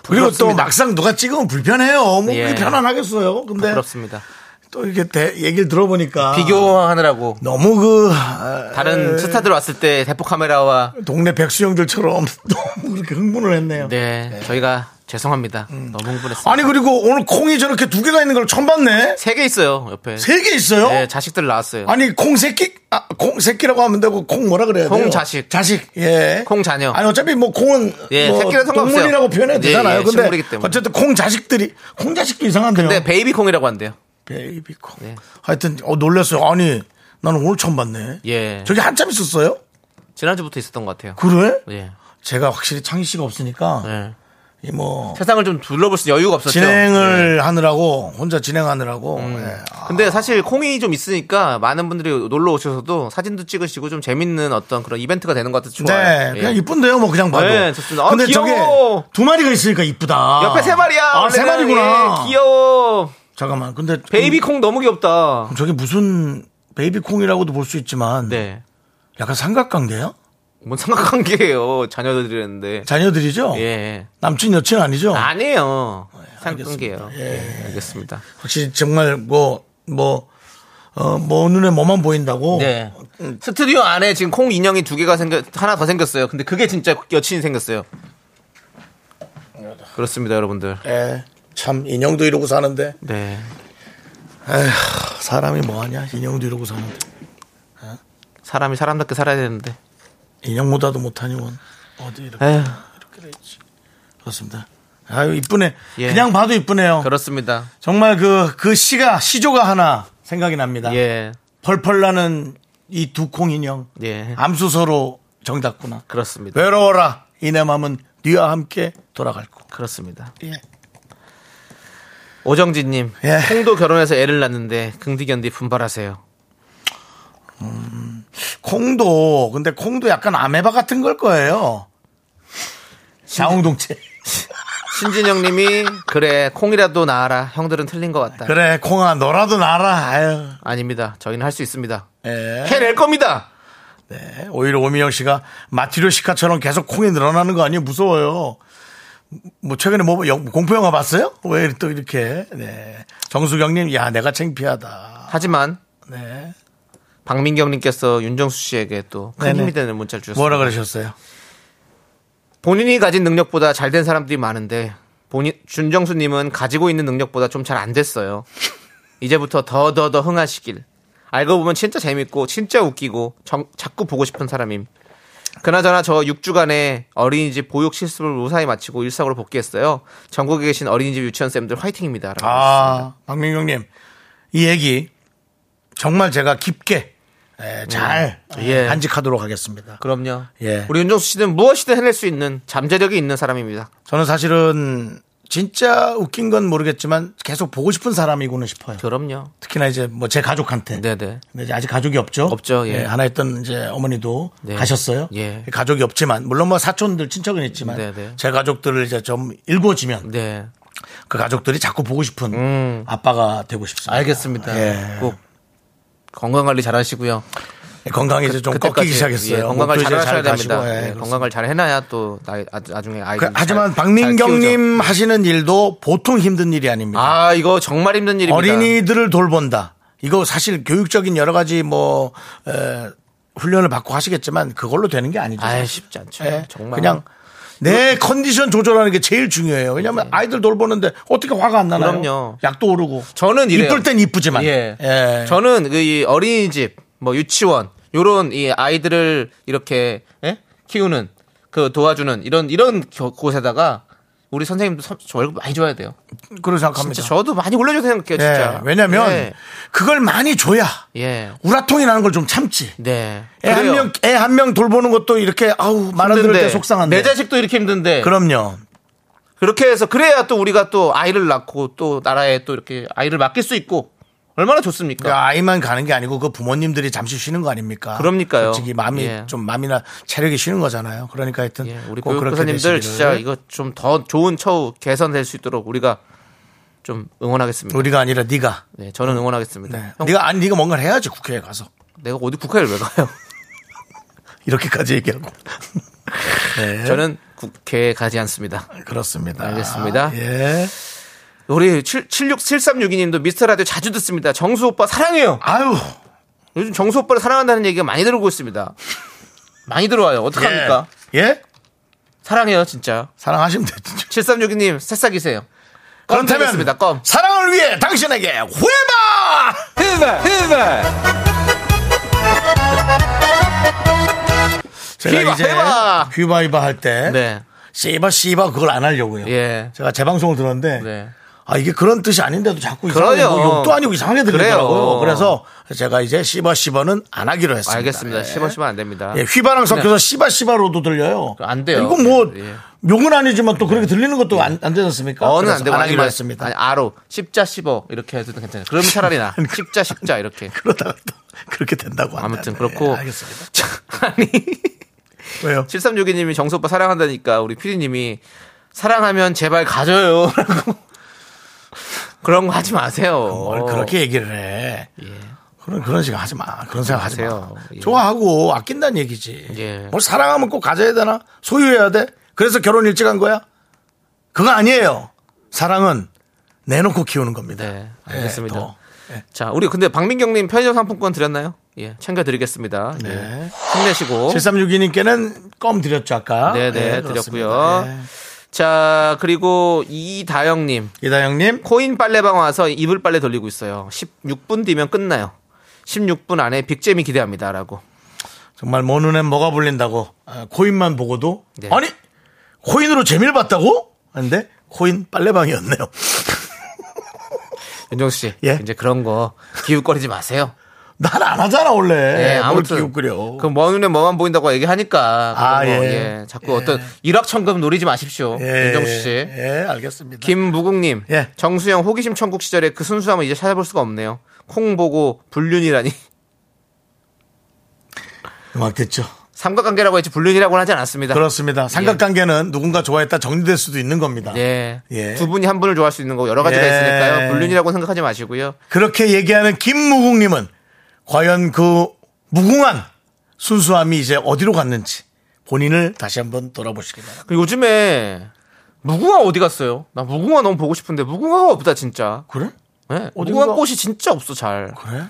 Speaker 1: 그리고 또
Speaker 2: 부끄럽습니다.
Speaker 1: 막상 누가 찍으면 불편해요. 뭐 그게
Speaker 2: 예.
Speaker 1: 편안하겠어요. 근데
Speaker 2: 그렇습니다.
Speaker 1: 또 이렇게 대- 얘기를 들어보니까
Speaker 2: 비교하느라고.
Speaker 1: 너무 그 아,
Speaker 2: 다른 스타들 왔을 때 대포 카메라와
Speaker 1: 동네 백수형들처럼 너무 그렇게 흥분을 했네요.
Speaker 2: 네, 음. 저희가 죄송합니다. 너무 흥분했습니다.
Speaker 1: 아니 그리고 오늘 콩이 저렇게 두 개가 있는 걸 처음 봤네.
Speaker 2: 세 개 있어요, 옆에.
Speaker 1: 세 개 있어요.
Speaker 2: 네, 자식들 나왔어요.
Speaker 1: 아니 콩 새끼 아, 콩 새끼라고 하면 되고 콩 뭐라 그래야 돼요?
Speaker 2: 콩 자식.
Speaker 1: 자식. 예.
Speaker 2: 콩 자녀.
Speaker 1: 아니 어차피 뭐 콩은
Speaker 2: 예,
Speaker 1: 뭐
Speaker 2: 새끼는 상관없어요.
Speaker 1: 동물이라고 표현해도
Speaker 2: 예,
Speaker 1: 되잖아요.
Speaker 2: 예,
Speaker 1: 근데
Speaker 2: 식물이기 때문에.
Speaker 1: 어쨌든 콩 자식들이 콩 자식도 이상한데요.
Speaker 2: 네, 베이비콩이라고 한대요.
Speaker 1: 베이비 콩.
Speaker 2: 예.
Speaker 1: 하여튼 어 놀랐어요. 아니 나는 오늘 처음 봤네.
Speaker 2: 예.
Speaker 1: 저기 한참 있었어요?
Speaker 2: 지난주부터 있었던 것 같아요.
Speaker 1: 그래?
Speaker 2: 예.
Speaker 1: 제가 확실히 창희 씨가 없으니까
Speaker 2: 네.
Speaker 1: 이뭐
Speaker 2: 세상을 좀 둘러볼 수 여유가 없었죠. 네. 음.
Speaker 1: 진행을 하느라고 혼자 진행하느라고 예. 아,
Speaker 2: 근데 사실 콩이 좀 있으니까 많은 분들이 놀러 오셔서도 사진도 찍으시고 좀 재밌는 어떤 그런 이벤트가 되는 것 같아서 좋아요.
Speaker 1: 네,
Speaker 2: 예.
Speaker 1: 그냥 이쁜데요, 뭐 그냥 봐도.
Speaker 2: 네, 좋습니다. 아,
Speaker 1: 근데
Speaker 2: 귀여워.
Speaker 1: 저게 두 마리가 있으니까 이쁘다.
Speaker 2: 옆에 세 마리야.
Speaker 1: 아, 세
Speaker 2: 원래는.
Speaker 1: 마리구나.
Speaker 2: 예, 귀여워.
Speaker 1: 잠깐만, 근데
Speaker 2: 베이비 콩 너무 귀엽다.
Speaker 1: 음, 저게 무슨 베이비 콩이라고도 볼 수 있지만,
Speaker 2: 네.
Speaker 1: 약간 삼각관계야?
Speaker 2: 뭔 삼각관계예요. 자녀들이랬는데.
Speaker 1: 자녀들이죠? 어.
Speaker 2: 예.
Speaker 1: 남친 여친 아니죠?
Speaker 2: 아니에요.
Speaker 1: 어,
Speaker 2: 삼각관계예요. 알겠습니다.
Speaker 1: 확실히 정말 뭐 뭐. 어, 뭐, 눈에 뭐만 보인다고.
Speaker 2: 네.
Speaker 1: 음.
Speaker 2: 스튜디오 안에 지금 콩 인형이 두 개가 생겨 하나 더 생겼어요. 근데 그게 진짜 여친이 생겼어요. 그렇습니다, 여러분들.
Speaker 1: 예, 참, 인형도 이러고 사는데.
Speaker 2: 네.
Speaker 1: 에휴, 사람이 뭐하냐? 인형도 이러고 사는데.
Speaker 2: 사람이 사람답게 살아야 되는데.
Speaker 1: 인형보다도 못하니, 원. 어디 이렇게.
Speaker 2: 에휴.
Speaker 1: 그렇습니다. 아유, 이쁘네.
Speaker 2: 예.
Speaker 1: 그냥 봐도 이쁘네요.
Speaker 2: 그렇습니다.
Speaker 1: 정말 그, 그 시가, 시조가 하나 생각이 납니다.
Speaker 2: 예.
Speaker 1: 펄펄 나는 이 두 콩 인형.
Speaker 2: 예.
Speaker 1: 암수서로 정답구나.
Speaker 2: 그렇습니다.
Speaker 1: 외로워라. 이 내 맘은 니와 함께 돌아갈 거.
Speaker 2: 그렇습니다.
Speaker 1: 예.
Speaker 2: 오정진님,
Speaker 1: 예.
Speaker 2: 콩도 결혼해서 애를 낳는데 긍디견디 분발하세요.
Speaker 1: 콩도, 근데 콩도 약간 아메바 같은 걸 거예요. 자웅동체.
Speaker 2: 신진영님이 그래 콩이라도 낳아라. 형들은 틀린 것 같다.
Speaker 1: 그래, 콩아, 너라도 나라. 아유.
Speaker 2: 아닙니다. 저희는 할 수 있습니다.
Speaker 1: 예.
Speaker 2: 해낼 겁니다.
Speaker 1: 네, 오히려 오민영 씨가 마티료 시카처럼 계속 콩이 늘어나는 거 아니에요? 무서워요. 뭐 최근에 뭐 영- 공포 영화 봤어요? 왜 또 이렇게? 네. 정수경님, 야 내가 창피하다.
Speaker 2: 하지만
Speaker 1: 네.
Speaker 2: 박민경님께서 윤정수 씨에게 또 큰
Speaker 1: 네네.
Speaker 2: 힘이 되는 문자를 주셨습니다.
Speaker 1: 뭐라 그러셨어요?
Speaker 2: 본인이 가진 능력보다 잘 된 사람들이 많은데 본인 준정수님은 가지고 있는 능력보다 좀 잘 안 됐어요. 이제부터 더 더 더 흥하시길. 알고 보면 진짜 재밌고 진짜 웃기고 정- 자꾸 보고 싶은 사람임. 그나저나 저 6주간의 어린이집 보육 실습을 무사히 마치고 일상으로 복귀했어요. 전국에 계신 어린이집 유치원 쌤들 화이팅입니다. 라고
Speaker 1: 아, 박민경님, 이 얘기 정말 제가 깊게 예, 잘
Speaker 2: 예.
Speaker 1: 간직하도록 하겠습니다.
Speaker 2: 그럼요.
Speaker 1: 예.
Speaker 2: 우리 윤정수 씨는 무엇이든 해낼 수 있는 잠재력이 있는 사람입니다.
Speaker 1: 저는 사실은 진짜 웃긴 건 모르겠지만 계속 보고 싶은 사람이구나 싶어요.
Speaker 2: 그럼요.
Speaker 1: 특히나 이제 뭐 제 가족한테.
Speaker 2: 네네.
Speaker 1: 근데 이제 아직 가족이 없죠.
Speaker 2: 없죠, 예.
Speaker 1: 하나 있던 이제 어머니도
Speaker 2: 네.
Speaker 1: 가셨어요.
Speaker 2: 예.
Speaker 1: 가족이 없지만 물론 뭐 사촌들 친척은 있지만
Speaker 2: 네네.
Speaker 1: 제 가족들을 이제 좀 일궈지면
Speaker 2: 네.
Speaker 1: 그 가족들이 자꾸 보고 싶은 아빠가 되고 싶습니다.
Speaker 2: 음. 알겠습니다.
Speaker 1: 예.
Speaker 2: 꼭 건강 관리 잘 하시고요.
Speaker 1: 건강이 이제 좀 꺾이기 시작했어요.
Speaker 2: 그 예, 건강 관리
Speaker 1: 목도
Speaker 2: 잘
Speaker 1: 이제
Speaker 2: 하셔야 됩니다.
Speaker 1: 가시고, 예,
Speaker 2: 예, 건강 관리 잘 해놔야 또 나, 아, 나중에 아이
Speaker 1: 그, 하지만 박민경님 하시는 일도 보통 힘든 일이 아닙니다.
Speaker 2: 아 이거 정말 힘든 일입니다.
Speaker 1: 어린이들을 돌본다. 이거 사실 교육적인 여러 가지 뭐 에, 훈련을 받고 하시겠지만 그걸로 되는 게 아니죠.
Speaker 2: 아
Speaker 1: 사실.
Speaker 2: 쉽지 않죠.
Speaker 1: 예,
Speaker 2: 정말
Speaker 1: 그냥 내 컨디션 조절하는 게 제일 중요해요. 왜냐하면 아이들 돌보는데 어떻게 화가 안 나나요?
Speaker 2: 그럼요.
Speaker 1: 약도 오르고.
Speaker 2: 저는 이래요.
Speaker 1: 이쁠 땐 이쁘지만.
Speaker 2: 예.
Speaker 1: 예.
Speaker 2: 저는 그이 어린이집, 뭐 유치원 요런 이 아이들을 이렇게 예? 키우는 그 도와주는 이런 이런 겨- 곳에다가 우리 선생님도 선- 저 월급 많이 줘야 돼요.
Speaker 1: 그런 생각합니다.
Speaker 2: 진짜 저도 많이 올려줘 생각해요, 진짜.
Speaker 1: 예, 왜냐면
Speaker 2: 예.
Speaker 1: 그걸 많이 줘야
Speaker 2: 예.
Speaker 1: 우라통이 나는 걸 좀 참지.
Speaker 2: 네.
Speaker 1: 애 예, 한
Speaker 2: 그래요.
Speaker 1: 명, 애 한 명 돌보는 것도 이렇게 아우 말아들을
Speaker 2: 힘든데,
Speaker 1: 때 속상한데.
Speaker 2: 내 자식도 이렇게 힘든데
Speaker 1: 그럼요.
Speaker 2: 그렇게 해서 그래야 또 우리가 또 아이를 낳고 또 나라에 또 이렇게 아이를 맡길 수 있고 얼마나 좋습니까?
Speaker 1: 그 아이만 가는 게 아니고 그 부모님들이 잠시 쉬는 거 아닙니까?
Speaker 2: 그러니까. 그러니까요.
Speaker 1: 솔직히 마음이
Speaker 2: 예.
Speaker 1: 좀 마음이나 체력이 쉬는 거잖아요. 그러니까 하여튼
Speaker 2: 예, 우리
Speaker 1: 꼭 그렇게
Speaker 2: 교육부사님들
Speaker 1: 되시기를.
Speaker 2: 진짜 이거 좀 더 좋은 처우 개선될 수 있도록 우리가 좀 응원하겠습니다.
Speaker 1: 우리가 아니라 네가
Speaker 2: 네, 저는 응원하겠습니다.
Speaker 1: 네.
Speaker 2: 형,
Speaker 1: 네가 아니 네가 뭔가를 해야지 국회에 가서
Speaker 2: 내가 어디 국회를 왜 가요?
Speaker 1: 이렇게까지 얘기하고. 네.
Speaker 2: 저는 국회에 가지 않습니다.
Speaker 1: 그렇습니다.
Speaker 2: 알겠습니다.
Speaker 1: 예.
Speaker 2: 우리 7, 76, 7362님도 미스터 라디오 자주 듣습니다. 정수 오빠 사랑해요.
Speaker 1: 아유.
Speaker 2: 요즘 정수 오빠를 사랑한다는 얘기가 많이 들어오고 있습니다. 많이 들어와요. 어떡합니까?
Speaker 1: 예. 예?
Speaker 2: 사랑해요, 진짜.
Speaker 1: 사랑하시면 되죠.
Speaker 2: 7362님, 새싹이세요. 껌
Speaker 1: 그렇다면
Speaker 2: 드리겠습니다, 껌.
Speaker 1: 사랑을 위해 당신에게 후회바 제가
Speaker 2: 휘바,
Speaker 1: 이제
Speaker 2: 휘바!
Speaker 1: 휘바이바 할때
Speaker 2: 네.
Speaker 1: 씨바 씨바 그걸 안 하려고요.
Speaker 2: 예.
Speaker 1: 제가 재방송을 들었는데
Speaker 2: 네.
Speaker 1: 아 이게 그런 뜻이 아닌데도 자꾸
Speaker 2: 그래요.
Speaker 1: 이상하게 뭐 욕도 아니고 이상하게 들리더라고요.
Speaker 2: 그래요.
Speaker 1: 그래서 제가 이제 씨바 씨바는 안 하기로 했습니다.
Speaker 2: 알겠습니다.
Speaker 1: 예.
Speaker 2: 씹으시면 안 됩니다.
Speaker 1: 예, 휘바랑 섞여서 씨바 씨바로도 들려요.
Speaker 2: 안 돼요.
Speaker 1: 이거 뭐
Speaker 2: 예.
Speaker 1: 욕은 아니지만 또 그렇게 들리는 것도 안, 안 되지 않습니까?
Speaker 2: 어는
Speaker 1: 그래서
Speaker 2: 안 되고
Speaker 1: 안 하기로
Speaker 2: 아니면-
Speaker 1: 했습니다.
Speaker 2: 아니 아로 십자 십어 이렇게 해도 괜찮아요. 그럼 차라리 나 십자 십자 이렇게.
Speaker 1: 그러다가 또 그렇게 된다고 한다.
Speaker 2: 아무튼 그렇고.
Speaker 1: 예, 알겠습니다.
Speaker 2: 자, 아니
Speaker 1: 왜요?
Speaker 2: 7362님이 정수 오빠 사랑한다니까 우리 피디님이 사랑하면 제발 가져요. 라고. 그런 거 하지 마세요.
Speaker 1: 뭘 그렇게 얘기를 해. 그런 그런 식으로 하지 마. 그런 생각 하지 마.
Speaker 2: 하세요. 예.
Speaker 1: 좋아하고 아낀다는 얘기지.
Speaker 2: 예.
Speaker 1: 뭘 사랑하면 꼭 가져야 되나? 소유해야 돼? 그래서 결혼 일찍 한 거야? 그거 아니에요. 사랑은 내놓고 키우는 겁니다.
Speaker 2: 네,
Speaker 1: 예,
Speaker 2: 알겠습니다.
Speaker 1: 또.
Speaker 2: 자, 우리 근데 박민경님 편의점 상품권 드렸나요? 예, 챙겨드리겠습니다.
Speaker 1: 네.
Speaker 2: 예, 힘내시고.
Speaker 1: 7362님께는 껌 드렸죠 아까.
Speaker 2: 네네,
Speaker 1: 예,
Speaker 2: 드렸고요.
Speaker 1: 그렇습니다.
Speaker 2: 자, 그리고 이다영님.
Speaker 1: 예. 이다영님
Speaker 2: 코인 빨래방 와서 이불 빨래 돌리고 있어요. 16분 뒤면 끝나요. 16분 안에 빅잼이 기대합니다라고.
Speaker 1: 정말 뭐 눈엔 뭐가 불린다고 아, 코인만 보고도
Speaker 2: 네.
Speaker 1: 아니 코인으로 재미를 봤다고? 근데 코인 빨래방이었네요.
Speaker 2: 윤정수 씨,
Speaker 1: 예.
Speaker 2: 이제 그런 거 기웃거리지 마세요.
Speaker 1: 난 안 하잖아 원래.
Speaker 2: 예,
Speaker 1: 네, 뭘 기웃거려.
Speaker 2: 그먼 눈에 뭐만 보인다고 얘기하니까.
Speaker 1: 아,
Speaker 2: 그거 뭐,
Speaker 1: 예.
Speaker 2: 예. 자꾸 어떤 일확천금 노리지 마십시오. 윤정수 씨.
Speaker 1: 예, 알겠습니다.
Speaker 2: 김무국님,
Speaker 1: 예.
Speaker 2: 정수영 호기심 천국 시절에 그 순수함을 이제 찾아볼 수가 없네요. 콩 보고 불륜이라니.
Speaker 1: 음악 됐죠.
Speaker 2: 삼각관계라고 했지 불륜이라고는 하지 않았습니다.
Speaker 1: 그렇습니다. 삼각관계는 누군가 좋아했다 정리될 수도 있는 겁니다.
Speaker 2: 예.
Speaker 1: 예.
Speaker 2: 두 분이 한 분을 좋아할 수 있는 거 여러 가지가
Speaker 1: 예.
Speaker 2: 있으니까요. 불륜이라고 생각하지 마시고요.
Speaker 1: 그렇게 얘기하는 김무궁님은 과연 그 무궁한 순수함이 이제 어디로 갔는지 본인을 다시 한번 돌아보시기 바랍니다.
Speaker 2: 그 요즘에 무궁화 어디 갔어요? 나 무궁화 너무 보고 싶은데 무궁화가 없다 진짜.
Speaker 1: 그래?
Speaker 2: 예.
Speaker 1: 어딘가-
Speaker 2: 무궁화 꽃이 진짜 없어 잘.
Speaker 1: 그래?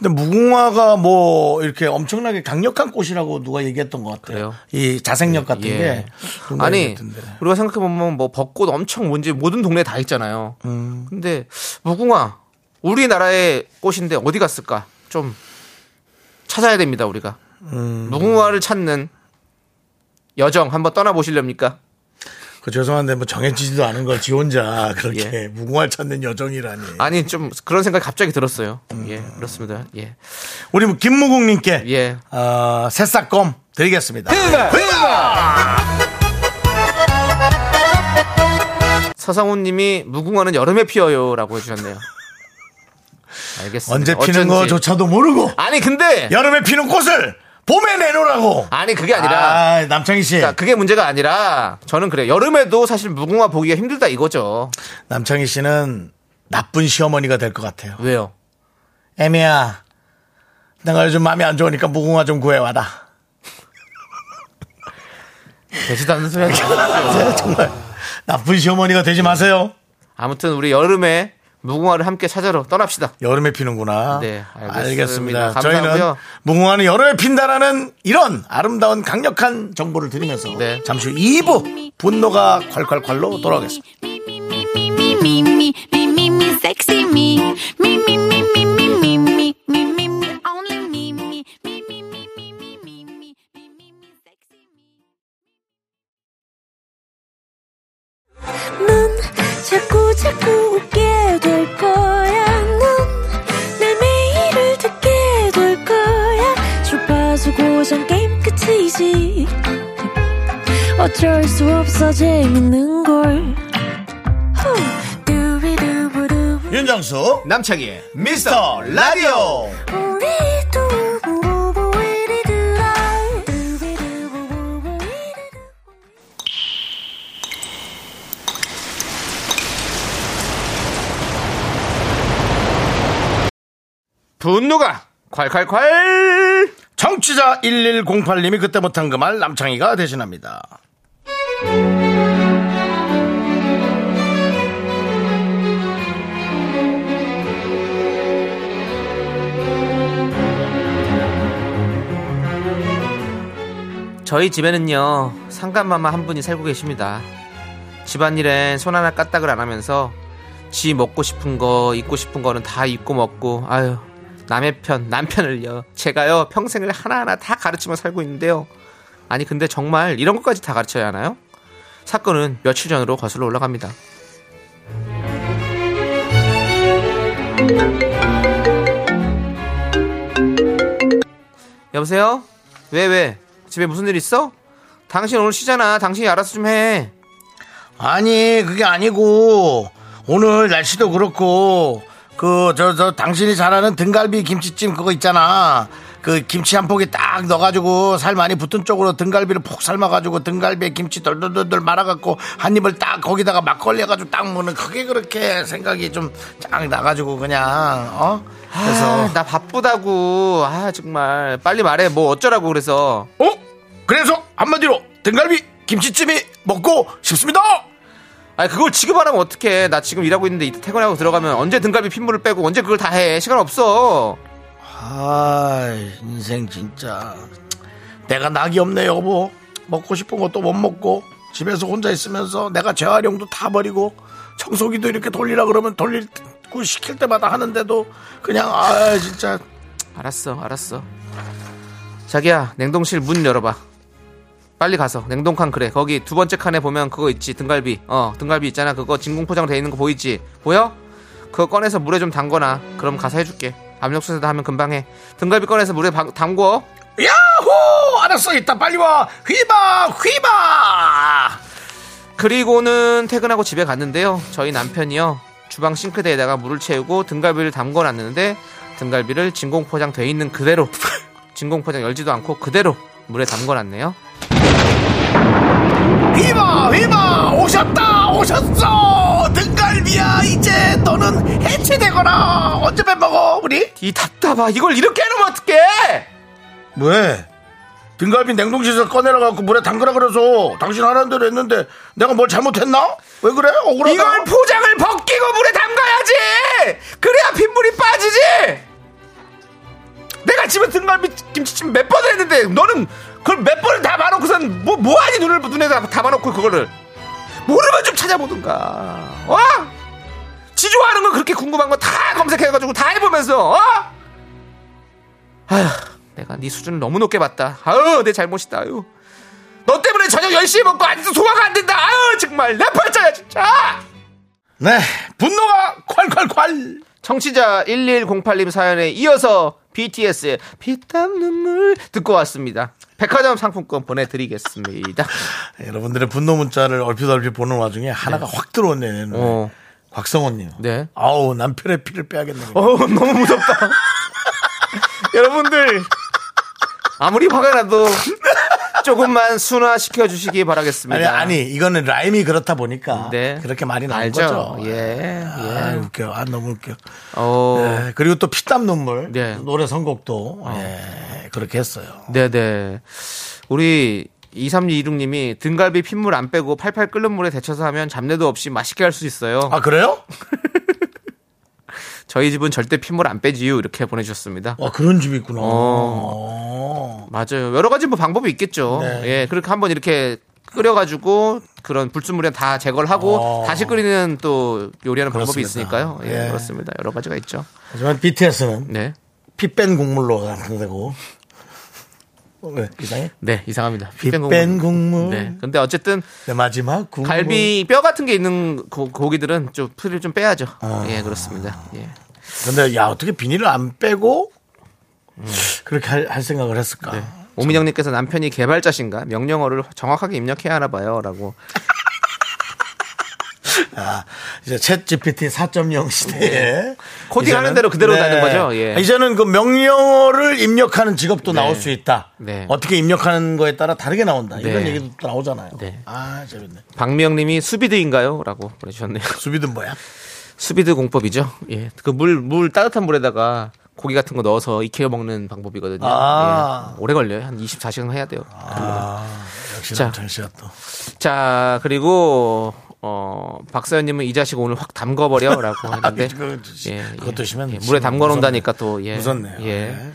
Speaker 1: 근데 무궁화가 뭐 이렇게 엄청나게 강력한 꽃이라고 누가 얘기했던 것 같아요.
Speaker 2: 그래요?
Speaker 1: 이 자생력 같은
Speaker 2: 예.
Speaker 1: 게 누군가
Speaker 2: 아니
Speaker 1: 얘기했던데.
Speaker 2: 우리가 생각해 보면 뭐 벚꽃 엄청 뭔지 모든 동네에 다 있잖아요.
Speaker 1: 음.
Speaker 2: 근데 무궁화 우리나라의 꽃인데 어디 갔을까? 좀 찾아야 됩니다 우리가.
Speaker 1: 음.
Speaker 2: 무궁화를 찾는 여정 한번 떠나 보시렵니까?
Speaker 1: 그 죄송한데 뭐 정해지지도 않은 걸 지 혼자 그렇게
Speaker 2: 예.
Speaker 1: 무궁화 찾는 여정이라니.
Speaker 2: 아니 좀 그런 생각이 갑자기 들었어요.
Speaker 1: 음.
Speaker 2: 예, 그렇습니다. 예.
Speaker 1: 우리 뭐 김무국님께
Speaker 2: 예.
Speaker 1: 어, 새싹껌 드리겠습니다.
Speaker 2: 서상훈 님이 무궁화는 여름에 피어요라고 해 주셨네요. 알겠습니다.
Speaker 1: 언제 피는
Speaker 2: 어쩐지.
Speaker 1: 거조차도 모르고
Speaker 2: 아니 근데
Speaker 1: 여름에 피는 꽃을 봄에 내놓으라고.
Speaker 2: 아니 그게 아니라
Speaker 1: 아, 남창희 씨,
Speaker 2: 그러니까 그게 문제가 아니라 저는 그래. 여름에도 사실 무궁화 보기가 힘들다 이거죠.
Speaker 1: 남창희 씨는 나쁜 시어머니가 될 것 같아요.
Speaker 2: 왜요?
Speaker 1: 애미야, 내가 요즘 마음이 안 좋으니까 무궁화 좀 구해와라.
Speaker 2: 되지도 않는 소리 하지
Speaker 1: 정말 나쁜 시어머니가 되지 마세요.
Speaker 2: 아무튼 우리 여름에 무궁화를 함께 찾으러 떠납시다.
Speaker 1: 여름에 피는구나.
Speaker 2: 네, 알겠습니다.
Speaker 1: 알겠습니다.
Speaker 2: 감사하고요.
Speaker 1: 저희는 무궁화는 여름에 핀다라는 이런 아름다운 강력한 정보를 드리면서
Speaker 2: 네.
Speaker 1: 잠시 후 2부 분노가 콸콸콸로 돌아오겠습니다.
Speaker 4: 넌 자꾸 자꾸 웃게 될 거야. 넌내 매일을 듣게 될 거야. 주파수 고정 게임 끝이지. 어쩔 수 없어 재밌는 걸. 후. 두비두부두.
Speaker 1: 윤정수
Speaker 2: 남창희의
Speaker 1: 미스터 라디오
Speaker 4: 우리 두부부부 우리 두라. 두비두부부부 우리 두라.
Speaker 2: 분노가 콸콸콸!
Speaker 1: 정취자 1108님이 그때 못한 그 말 남창희가 대신합니다.
Speaker 2: 저희 집에는요 상간마마 한 분이 살고 계십니다 집안일엔 손 하나 까딱을 안 하면서 지 먹고 싶은 거 입고 싶은 거는 다 입고 먹고 아유 남의 편 남편을요 제가요 평생을 하나하나 다 가르치며 살고 있는데요 아니 근데 정말 이런 것까지 다 가르쳐야 하나요? 사건은 며칠 전으로 거슬러 올라갑니다 여보세요? 왜, 왜? 집에 무슨 일 있어? 당신 오늘 쉬잖아. 당신이 알아서 좀 해.
Speaker 1: 아니 그게 아니고 오늘 날씨도 그렇고 그 저 저 당신이 잘하는 등갈비 김치찜 그거 있잖아 그 김치 한 포기 딱 넣어가지고 살 많이 붙은 쪽으로 등갈비를 폭 삶아가지고 등갈비에 김치 덜덜덜덜 말아갖고 한 입을 딱 거기다가 막걸리 해가지고 딱 먹는 그게 그렇게 생각이 좀 쫙 나가지고 그냥 어 그래서
Speaker 2: 아, 나 바쁘다고. 아, 정말. 빨리 말해. 뭐 어쩌라고 그래서.
Speaker 1: 어? 그래서 한마디로 등갈비 김치찜이 먹고 싶습니다.
Speaker 2: 아니, 그걸 지금 하라면 어떡해. 나 지금 일하고 있는데 이따 퇴근하고 들어가면 언제 등갈비 핏물을 빼고 언제 그걸 다 해. 시간 없어.
Speaker 1: 아 인생 진짜 내가 낙이 없네 여보. 먹고 싶은 것도 못 먹고 집에서 혼자 있으면서 내가 재활용도 다 버리고 청소기도 이렇게 돌리라 그러면 돌리고 시킬 때마다 하는데도 그냥 아 진짜
Speaker 2: 알았어, 알았어. 자기야, 냉동실 문 열어봐. 빨리 가서 냉동칸 그래. 거기 두 번째 칸에 보면 그거 있지. 등갈비. 어, 등갈비 있잖아. 그거 진공 포장 돼 있는 거 보이지? 보여? 그거 꺼내서 물에 좀 담거나. 그럼 가서 해줄게. 압력솥에다 하면 금방 해. 등갈비 꺼내서 물에 바- 담궈.
Speaker 1: 야호 알았어 이따 빨리 와 휘바 휘바
Speaker 2: 그리고는 퇴근하고 집에 갔는데요. 저희 남편이요. 주방 싱크대에다가 물을 채우고 등갈비를 담궈 놨는데 등갈비를 진공 포장 돼 있는 그대로 진공 포장 열지도 않고 그대로 물에 담궈 놨네요.
Speaker 1: 휘바 휘바 오셨다 오셨어 등갈비야 이제 너는 해체되거라 언제 뺏먹어 우리
Speaker 2: 이 답답아 이걸 이렇게 해놓으면 어떡해
Speaker 1: 왜 등갈비 냉동실에서 꺼내라 갖고 물에 담그라 그래서 당신 하라는 대로 했는데 내가 뭘 잘못했나 왜 그래 억울하다
Speaker 2: 어, 이걸 포장을 벗기고 물에 담가야지 그래야 핏물이 빠지지 내가 집에 등갈비 김치찜 몇 번을 했는데 너는 그걸 몇 번을 다 봐놓고선 뭐 뭐하니 눈을 눈에 다 담아놓고 그거를 모르면 좀 찾아보든가 어? 지 좋아하는 거 그렇게 궁금한 거 다 검색해가지고 다 해보면서 어? 아휴 내가 네 수준을 너무 높게 봤다 아유 내 잘못이다 아유 너 때문에 저녁 10시에 먹고 아직도 소화가 안 된다. 아유, 정말. 내 팔자야, 진짜.
Speaker 1: 네, 분노가 콸콸콸.
Speaker 2: 청취자 1108님 사연에 이어서 BTS의 피땀 눈물 듣고 왔습니다. 백화점 상품권 보내드리겠습니다.
Speaker 1: 여러분들의 분노 문자를 얼핏 얼핏 보는 와중에 하나가 확 들어오네.
Speaker 2: 어.
Speaker 1: 곽성원님.
Speaker 2: 네.
Speaker 1: 아우 남편의 피를 빼야겠네.
Speaker 2: 어 너무 무섭다. 여러분들 아무리 화가 나도 조금만 순화시켜 주시기
Speaker 1: 아니
Speaker 2: 바라겠습니다.
Speaker 1: 아니 이거는 라임이 그렇다 보니까
Speaker 2: 네.
Speaker 1: 그렇게 말이 나온
Speaker 2: 알죠?
Speaker 1: 거죠.
Speaker 2: 예,
Speaker 1: 아,
Speaker 2: 예.
Speaker 1: 웃겨. 아 너무 웃겨.
Speaker 2: 어,
Speaker 1: 네, 그리고 또 피땀 눈물
Speaker 2: 네. 어.
Speaker 1: 노래 선곡도 예, 그렇게 했어요.
Speaker 2: 네, 네. 우리 2326님이 등갈비 핏물 안 빼고 팔팔 끓는 물에 데쳐서 하면 잡내도 없이 맛있게 할 수 있어요.
Speaker 1: 아 그래요?
Speaker 2: 저희 집은 절대 핏물 안 빼지요. 이렇게 보내주셨습니다.
Speaker 1: 와 아, 그런 집이 있구나. 어.
Speaker 2: 맞아요. 여러 가지 뭐 방법이 있겠죠.
Speaker 1: 네.
Speaker 2: 예, 그렇게 한번 이렇게 끓여가지고 그런 불순물에 다 제거를 하고
Speaker 1: 어.
Speaker 2: 다시 끓이는 또 요리하는 방법이
Speaker 1: 그렇습니다.
Speaker 2: 있으니까요. 예,
Speaker 1: 예.
Speaker 2: 그렇습니다. 여러 가지가 있죠.
Speaker 1: 하지만 BTS는
Speaker 2: 네.
Speaker 1: 피 뺀 국물로 간다고. 어, 왜 이상해?
Speaker 2: 네, 이상합니다.
Speaker 1: 피
Speaker 2: 핏뺀
Speaker 1: 뺀
Speaker 2: 국물.
Speaker 1: 국물.
Speaker 2: 네. 근데 어쨌든
Speaker 1: 내 마지막 국물.
Speaker 2: 갈비 뼈 같은 게 있는 고, 고기들은 좀 풀을 좀 빼야죠.
Speaker 1: 아.
Speaker 2: 예, 그렇습니다. 예.
Speaker 1: 근데 야 어떻게 비닐을 안 빼고
Speaker 2: 음.
Speaker 1: 그렇게 할, 할 생각을 했을까?
Speaker 2: 네. 오민영님께서 남편이 개발자신가 명령어를 정확하게 입력해야 하나 봐요라고
Speaker 1: 아, 이제 챗 GPT 4.0 시대에
Speaker 2: 네. 코딩하는 대로 그대로 가는 거죠? 예.
Speaker 1: 이제는 그 명령어를 입력하는 직업도 나올 수 있다.
Speaker 2: 네.
Speaker 1: 어떻게 입력하는 거에 따라 다르게 나온다. 이런
Speaker 2: 네.
Speaker 1: 얘기도 또 나오잖아요.
Speaker 2: 네.
Speaker 1: 아 재밌네.
Speaker 2: 박미영님이 수비드인가요?라고 보내주셨네요.
Speaker 1: 수비든 뭐야?
Speaker 2: 수비드 공법이죠. 예. 그 물, 물, 따뜻한 물에다가 고기 같은 거 넣어서 익혀 먹는 방법이거든요.
Speaker 1: 아.
Speaker 2: 예. 오래 걸려요. 한 24시간 해야 돼요.
Speaker 1: 역시
Speaker 2: 자.
Speaker 1: 남창 씨가 또
Speaker 2: 자, 그리고, 어, 박서연님은 이 자식 오늘 확 담궈버려. 라고 했는데. 예,
Speaker 1: 그거 지- 아, 그것도 심한-
Speaker 2: 물에 담궈놓는다니까 또, 예.
Speaker 1: 무섭네요.
Speaker 2: 예.
Speaker 1: 네.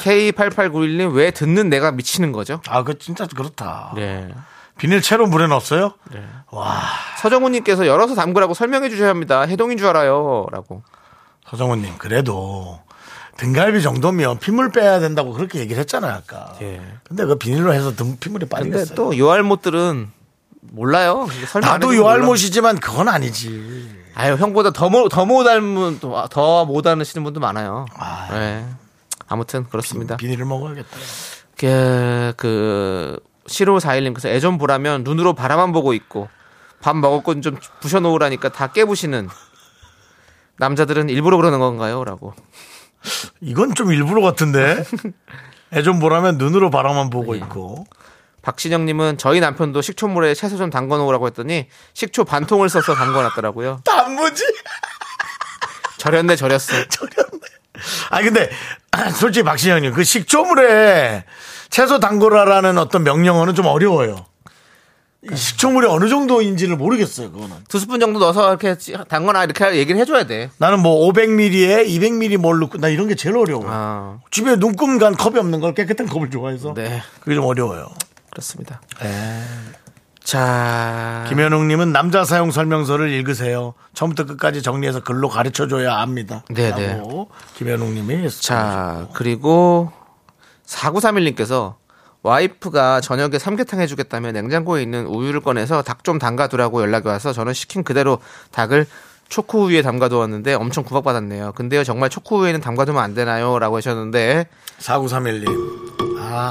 Speaker 2: K8891님, 왜 듣는 내가 미치는 거죠?
Speaker 1: 아, 그 진짜 그렇다.
Speaker 2: 네.
Speaker 1: 비닐 채로 물에 넣었어요? 와,
Speaker 2: 서정훈님께서 열어서 담그라고 설명해 주셔야 합니다. 해동인 줄 알아요. 라고.
Speaker 1: 서정훈님 그래도 등갈비 정도면 핏물 빼야 된다고 그렇게 얘기를 했잖아요 아까.
Speaker 2: 예.
Speaker 1: 근데 그 비닐로 해서 등- 핏물이
Speaker 2: 근데
Speaker 1: 빠지겠어요.
Speaker 2: 또 요알못들은 몰라요. 설명 안
Speaker 1: 나도
Speaker 2: 해주면 몰라.
Speaker 1: 요알못이지만 그건 아니지.
Speaker 2: 아유 형보다 더못더못 닮은 아, 더못 닮으시는 분도 많아요.
Speaker 1: 아.
Speaker 2: 네. 아무튼 그렇습니다.
Speaker 1: 비닐을 먹어야겠다.
Speaker 2: 그, 그 시로 4일님께서 애좀 보라면 눈으로 바라만 보고 있고 밥 먹을 건 좀 부셔놓으라니까 다 깨부시는 남자들은 일부러 그러는 건가요?라고.
Speaker 1: 이건 좀 일부러 같은데. 애 좀 보라면 눈으로 바라만 보고
Speaker 2: 예.
Speaker 1: 있고.
Speaker 2: 박신영님은 저희 남편도 식초물에 채소 좀 담궈놓으라고 했더니 식초 반 통을 써서 담궈놨더라고요.
Speaker 1: 단무지?
Speaker 2: 절였네 절였어.
Speaker 1: 아 근데 솔직히 박신영님 그 식초물에 채소 담그라라는 어떤 명령어는 좀 어려워요. 이 식초물이 어느 정도인지를 모르겠어요. 그거는.
Speaker 2: 두 스푼 정도 넣어서 이렇게 담거나 이렇게 얘기를 해줘야 돼.
Speaker 1: 나는 뭐 500ml에 200ml 뭘 넣고 나 이런 게 제일 어려워. 요
Speaker 2: 아,
Speaker 1: 집에 눈금 간 컵이 없는 걸 깨끗한 컵을 좋아해서
Speaker 2: 네
Speaker 1: 그게 좀 어려워요.
Speaker 2: 그렇습니다. 자,
Speaker 1: 네. 김현웅님은 남자 사용 설명서를 읽으세요. 처음부터 끝까지 정리해서 글로 가르쳐 줘야 합니다.
Speaker 2: 네,
Speaker 1: 라고 김현웅님이
Speaker 2: 자, 그리고 4931님께서 와이프가 저녁에 삼계탕 해주겠다며 냉장고에 있는 우유를 꺼내서 닭 좀 담가두라고 연락이 와서 저는 시킨 그대로 닭을 초코우유에 담가두었는데 엄청 구박받았네요. 근데요, 정말 초코우유에는 담가두면 안 되나요? 라고 하셨는데.
Speaker 1: 4931님. 아,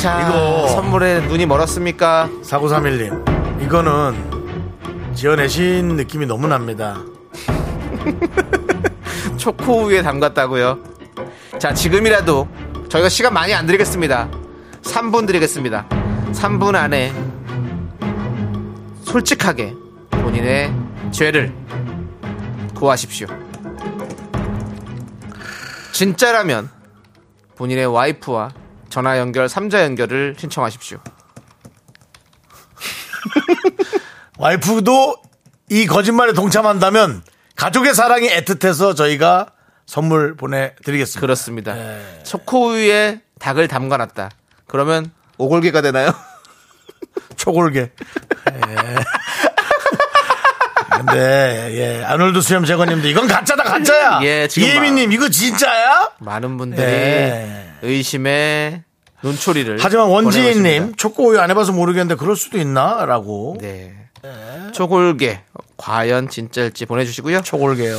Speaker 2: 자,
Speaker 1: 이거.
Speaker 2: 선물에 눈이 멀었습니까?
Speaker 1: 4931님. 이거는 지어내신 느낌이 너무 납니다.
Speaker 2: 초코우유에 담갔다고요. 자, 지금이라도 저희가 시간 많이 안 드리겠습니다. 3분 드리겠습니다. 3분 안에 솔직하게 본인의 죄를 고하십시오. 진짜라면 본인의 와이프와 전화 연결 3자 연결을 신청하십시오.
Speaker 1: 와이프도 이 거짓말에 동참한다면 가족의 사랑이 애틋해서 저희가 선물 보내드리겠습니다.
Speaker 2: 그렇습니다. 초코우유에 닭을 담가놨다. 그러면 오골개가 되나요?
Speaker 1: 초골계. 예. 근데 예 아놀드 수염 제거님도 이건 가짜다 가짜야.
Speaker 2: 예, 지금
Speaker 1: 이혜민님 이거 진짜야?
Speaker 2: 많은 분들이
Speaker 1: 예.
Speaker 2: 의심에 눈초리를.
Speaker 1: 하지만
Speaker 2: 보내고
Speaker 1: 원지인님
Speaker 2: 있습니다.
Speaker 1: 초코우유 안 해봐서 모르겠는데 그럴 수도 있나라고
Speaker 2: 네. 초골계 과연 진짜일지 보내주시고요.
Speaker 1: 초골게요.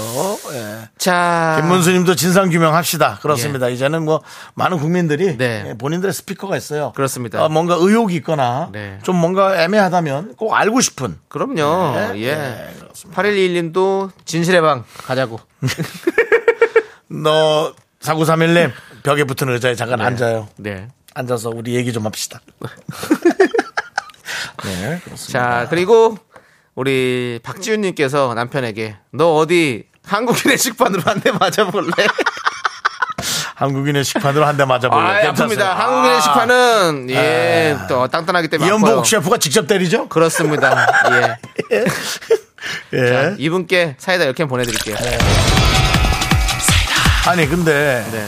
Speaker 1: 예.
Speaker 2: 자,
Speaker 1: 김문수님도 진상 규명합시다. 그렇습니다. 이제는 뭐 많은 국민들이
Speaker 2: 예. 네.
Speaker 1: 예, 본인들의 스피커가 있어요.
Speaker 2: 그렇습니다.
Speaker 1: 어, 뭔가 의혹이 있거나
Speaker 2: 네.
Speaker 1: 좀 뭔가 애매하다면 꼭 알고 싶은
Speaker 2: 그럼요.
Speaker 1: 네,
Speaker 2: 예.
Speaker 1: 네, 그렇습니다.
Speaker 2: 8121님도 진실의 방 가자고.
Speaker 1: 음. 너 4931님 벽에 붙은 의자에 잠깐 앉아요.
Speaker 2: 네.
Speaker 1: 앉아서 우리 얘기 좀 합시다. 네.
Speaker 2: 자, 그리고 우리 박지윤님께서 남편에게 너 어디 한국인의 식판으로 한 대 맞아볼래?
Speaker 1: 네, 한국인의 식판으로 한 대 맞아볼래.
Speaker 2: 아, 아픕니다. 한국인의 식판은 예, 또 땅땅하기 때문에 아파요.
Speaker 1: 아. 이연복 셰프가 직접 때리죠?
Speaker 2: 그렇습니다. 예.
Speaker 1: 예.
Speaker 2: 자, 이분께 사이다 10캔 보내드릴게요.
Speaker 1: 아니 근데
Speaker 2: 네.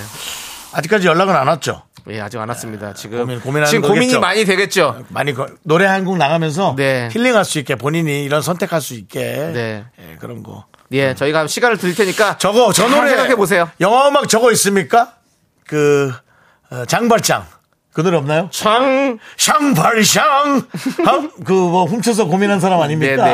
Speaker 1: 아직까지 연락은 안 왔죠.
Speaker 2: 예, 아직 안 왔습니다. 지금
Speaker 1: 고민- 고민하는
Speaker 2: 지금 고민이
Speaker 1: 거겠죠?
Speaker 2: 많이 되겠죠.
Speaker 1: 많이 거- 노래 한 곡 나가면서
Speaker 2: 네.
Speaker 1: 힐링할 수 있게 본인이 이런 선택할 수 있게
Speaker 2: 네.
Speaker 1: 예, 그런 거.
Speaker 2: 예, 저희가 시간을 드릴 테니까
Speaker 1: 저거 저
Speaker 2: 잘
Speaker 1: 노래
Speaker 2: 생각해 보세요.
Speaker 1: 영화 음악 저거 있습니까? 그 어, 장발장 그 노래 없나요?
Speaker 2: 창
Speaker 1: 샹발샹 그 뭐 훔쳐서 고민한 사람 아닙니까?
Speaker 2: 네,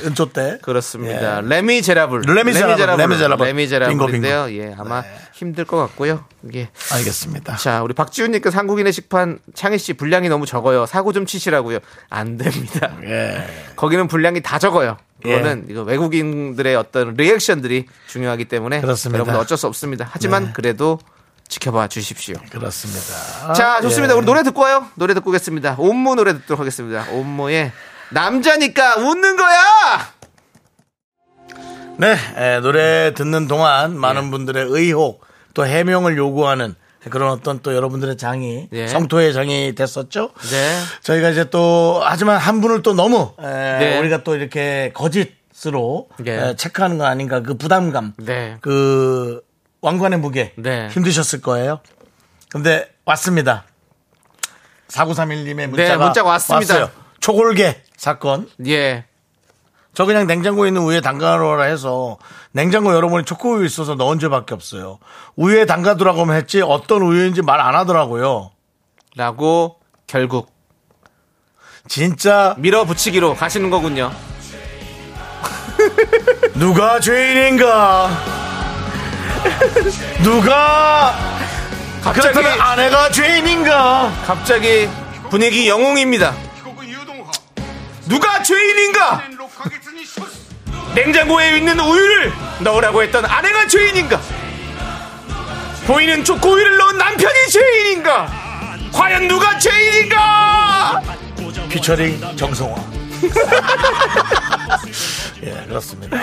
Speaker 1: 예, 은초 때 예,
Speaker 2: 그렇습니다. 레미제라블.
Speaker 1: 레미제라블, 레미제라블.
Speaker 2: 레미제라블인데요.
Speaker 1: 빙고, 네.
Speaker 2: 예, 아마 힘들 것 같고요. 이게
Speaker 1: 예, 알겠습니다.
Speaker 2: 자, 우리 박지훈님께서 한국인의 식판 창희 씨 분량이 너무 적어요. 사고 좀 치시라고요. 안 됩니다.
Speaker 1: 예.
Speaker 2: 거기는 분량이 다 적어요.
Speaker 1: 예.
Speaker 2: 이거는 이거 외국인들의 어떤 리액션들이 중요하기 때문에
Speaker 1: 그렇습니다. 네.
Speaker 2: 여러분 어쩔 수 없습니다. 하지만 그래도 지켜봐 주십시오.
Speaker 1: 그렇습니다.
Speaker 2: 자, 좋습니다.
Speaker 1: 예.
Speaker 2: 우리 노래 듣고 와요. 노래 듣고 오겠습니다. 옴모 노래 듣도록 하겠습니다. 옴모의 남자니까 웃는 거야!
Speaker 1: 네, 에, 노래 듣는 동안 많은
Speaker 2: 예.
Speaker 1: 분들의 의혹 또 해명을 요구하는 그런 어떤 또 여러분들의 장이
Speaker 2: 예.
Speaker 1: 성토의 장이 됐었죠.
Speaker 2: 네.
Speaker 1: 저희가 이제 또 하지만 한 분을 또 너무 에,
Speaker 2: 네.
Speaker 1: 우리가 또 이렇게 거짓으로
Speaker 2: 예.
Speaker 1: 에, 체크하는 거 아닌가 그 부담감,
Speaker 2: 네.
Speaker 1: 그 왕관의 무게
Speaker 2: 네.
Speaker 1: 힘드셨을 거예요. 근데 왔습니다. 4931님의 문자가
Speaker 2: 네, 문자가 왔습니다.
Speaker 1: 왔어요. 초골계 사건.
Speaker 2: 예.
Speaker 1: 저 그냥 냉장고에 있는 우유에 담가놓으라 해서 냉장고 여러분이 초코우유 있어서 넣은 죄밖에 없어요. 우유에 담가두라고 하면 했지 어떤 우유인지 말 안 하더라고요.
Speaker 2: 라고 결국
Speaker 1: 진짜
Speaker 2: 밀어붙이기로 가시는 거군요.
Speaker 1: 누가 죄인인가? 누가
Speaker 2: 갑자기,
Speaker 1: 그렇다면 아내가 죄인인가?
Speaker 2: 갑자기 분위기 영웅입니다. 누가 죄인인가? 냉장고에 있는 우유를 넣으라고 했던 아내가 죄인인가? 보이는 초코우유를 넣은 남편이 죄인인가? 과연 누가 죄인인가?
Speaker 1: 피처링 정성화. 예, 그렇습니다.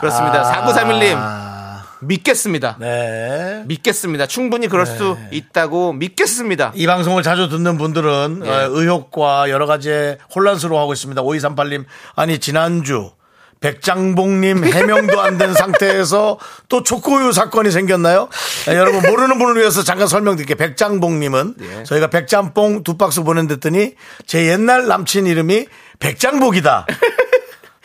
Speaker 2: 그렇습니다. 4931님,
Speaker 1: 아,
Speaker 2: 믿겠습니다.
Speaker 1: 네.
Speaker 2: 믿겠습니다. 충분히 그럴 수 있다고 믿겠습니다.
Speaker 1: 이 방송을 자주 듣는 분들은
Speaker 2: 예.
Speaker 1: 어, 의혹과 여러 가지에 혼란스러워하고 있습니다. 5238님, 아니, 지난주 백장봉님 해명도 안 된 상태에서 또 초코우유 사건이 생겼나요? 아, 여러분, 모르는 분을 위해서 잠깐 설명드릴게요. 백장봉님은
Speaker 2: 예.
Speaker 1: 저희가 백짬뽕 두 박스 보낸댔더니 제 옛날 남친 이름이 백장복이다.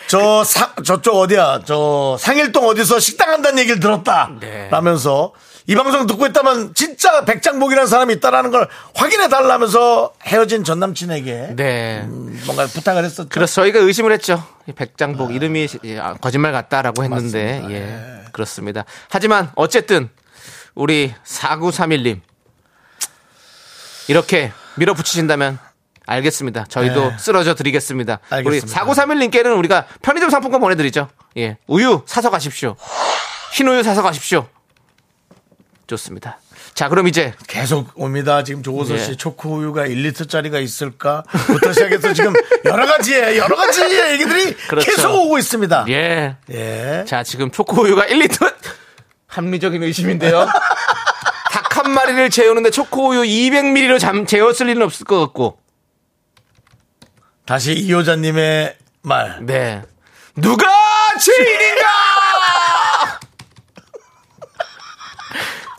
Speaker 1: 저 사, 저쪽 어디야? 저 상일동 어디서 식당 한다는 얘기를 들었다.
Speaker 2: 네.
Speaker 1: 라면서 이 방송 듣고 있다면 진짜 백장복이라는 사람이 있다라는 걸 확인해 달라면서 헤어진 전 남친에게
Speaker 2: 네.
Speaker 1: 음, 뭔가 부탁을 했었죠.
Speaker 2: 그래서 저희가 의심을 했죠. 이 백장복 이름이 시- 예, 아, 거짓말 같다라고 했는데, 예. 그렇습니다. 하지만 어쨌든 우리 4931님 이렇게 밀어붙이신다면 알겠습니다. 저희도
Speaker 1: 네.
Speaker 2: 쓰러져 드리겠습니다. 우리
Speaker 1: 알겠습니다.
Speaker 2: 4931님께는 우리가 편의점 상품권 보내드리죠. 예. 우유 사서 가십시오. 흰 우유 사서 가십시오. 좋습니다. 자, 그럼 이제
Speaker 1: 계속 옵니다. 지금 조호선 씨
Speaker 2: 예.
Speaker 1: 초코우유가 1리터짜리가 있을까?부터 시작해서 지금 여러 가지의 여러 가지의 얘기들이
Speaker 2: 그렇죠.
Speaker 1: 계속 오고 있습니다. 예.
Speaker 2: 예. 자, 지금 초코우유가 1리터 합리적인 의심인데요. 닭 한 마리를 재우는데 초코우유 200ml로 잠 재웠을 리는 없을 것 같고.
Speaker 1: 다시 이호자님의 말.
Speaker 2: 네. 누가 죄인인가?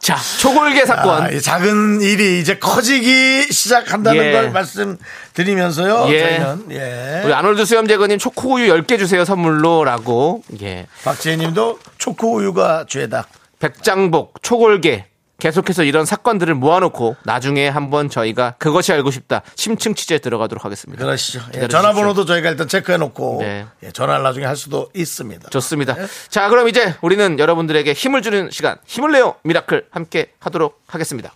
Speaker 2: 자, 초골계 사건.
Speaker 1: 아, 이 작은 일이 이제 커지기 시작한다는
Speaker 2: 예.
Speaker 1: 걸 말씀드리면서요.
Speaker 2: 예.
Speaker 1: 저희는 예.
Speaker 2: 우리 아놀드 수염제거님 초코우유 10개 주세요 선물로라고. 예.
Speaker 1: 박지혜님도 초코우유가 죄다.
Speaker 2: 백장복, 초골계, 계속해서 이런 사건들을 모아놓고 나중에 한번 저희가 그것이 알고 싶다 심층 취재 들어가도록 하겠습니다.
Speaker 1: 그러시죠. 예,
Speaker 2: 기다려주십시오.
Speaker 1: 전화번호도 저희가 일단 체크해놓고
Speaker 2: 네.
Speaker 1: 예, 전화를 나중에 할 수도 있습니다.
Speaker 2: 좋습니다. 자, 그럼 이제 우리는 여러분들에게 힘을 주는 시간, 힘을 내요 미라클 함께 하도록 하겠습니다.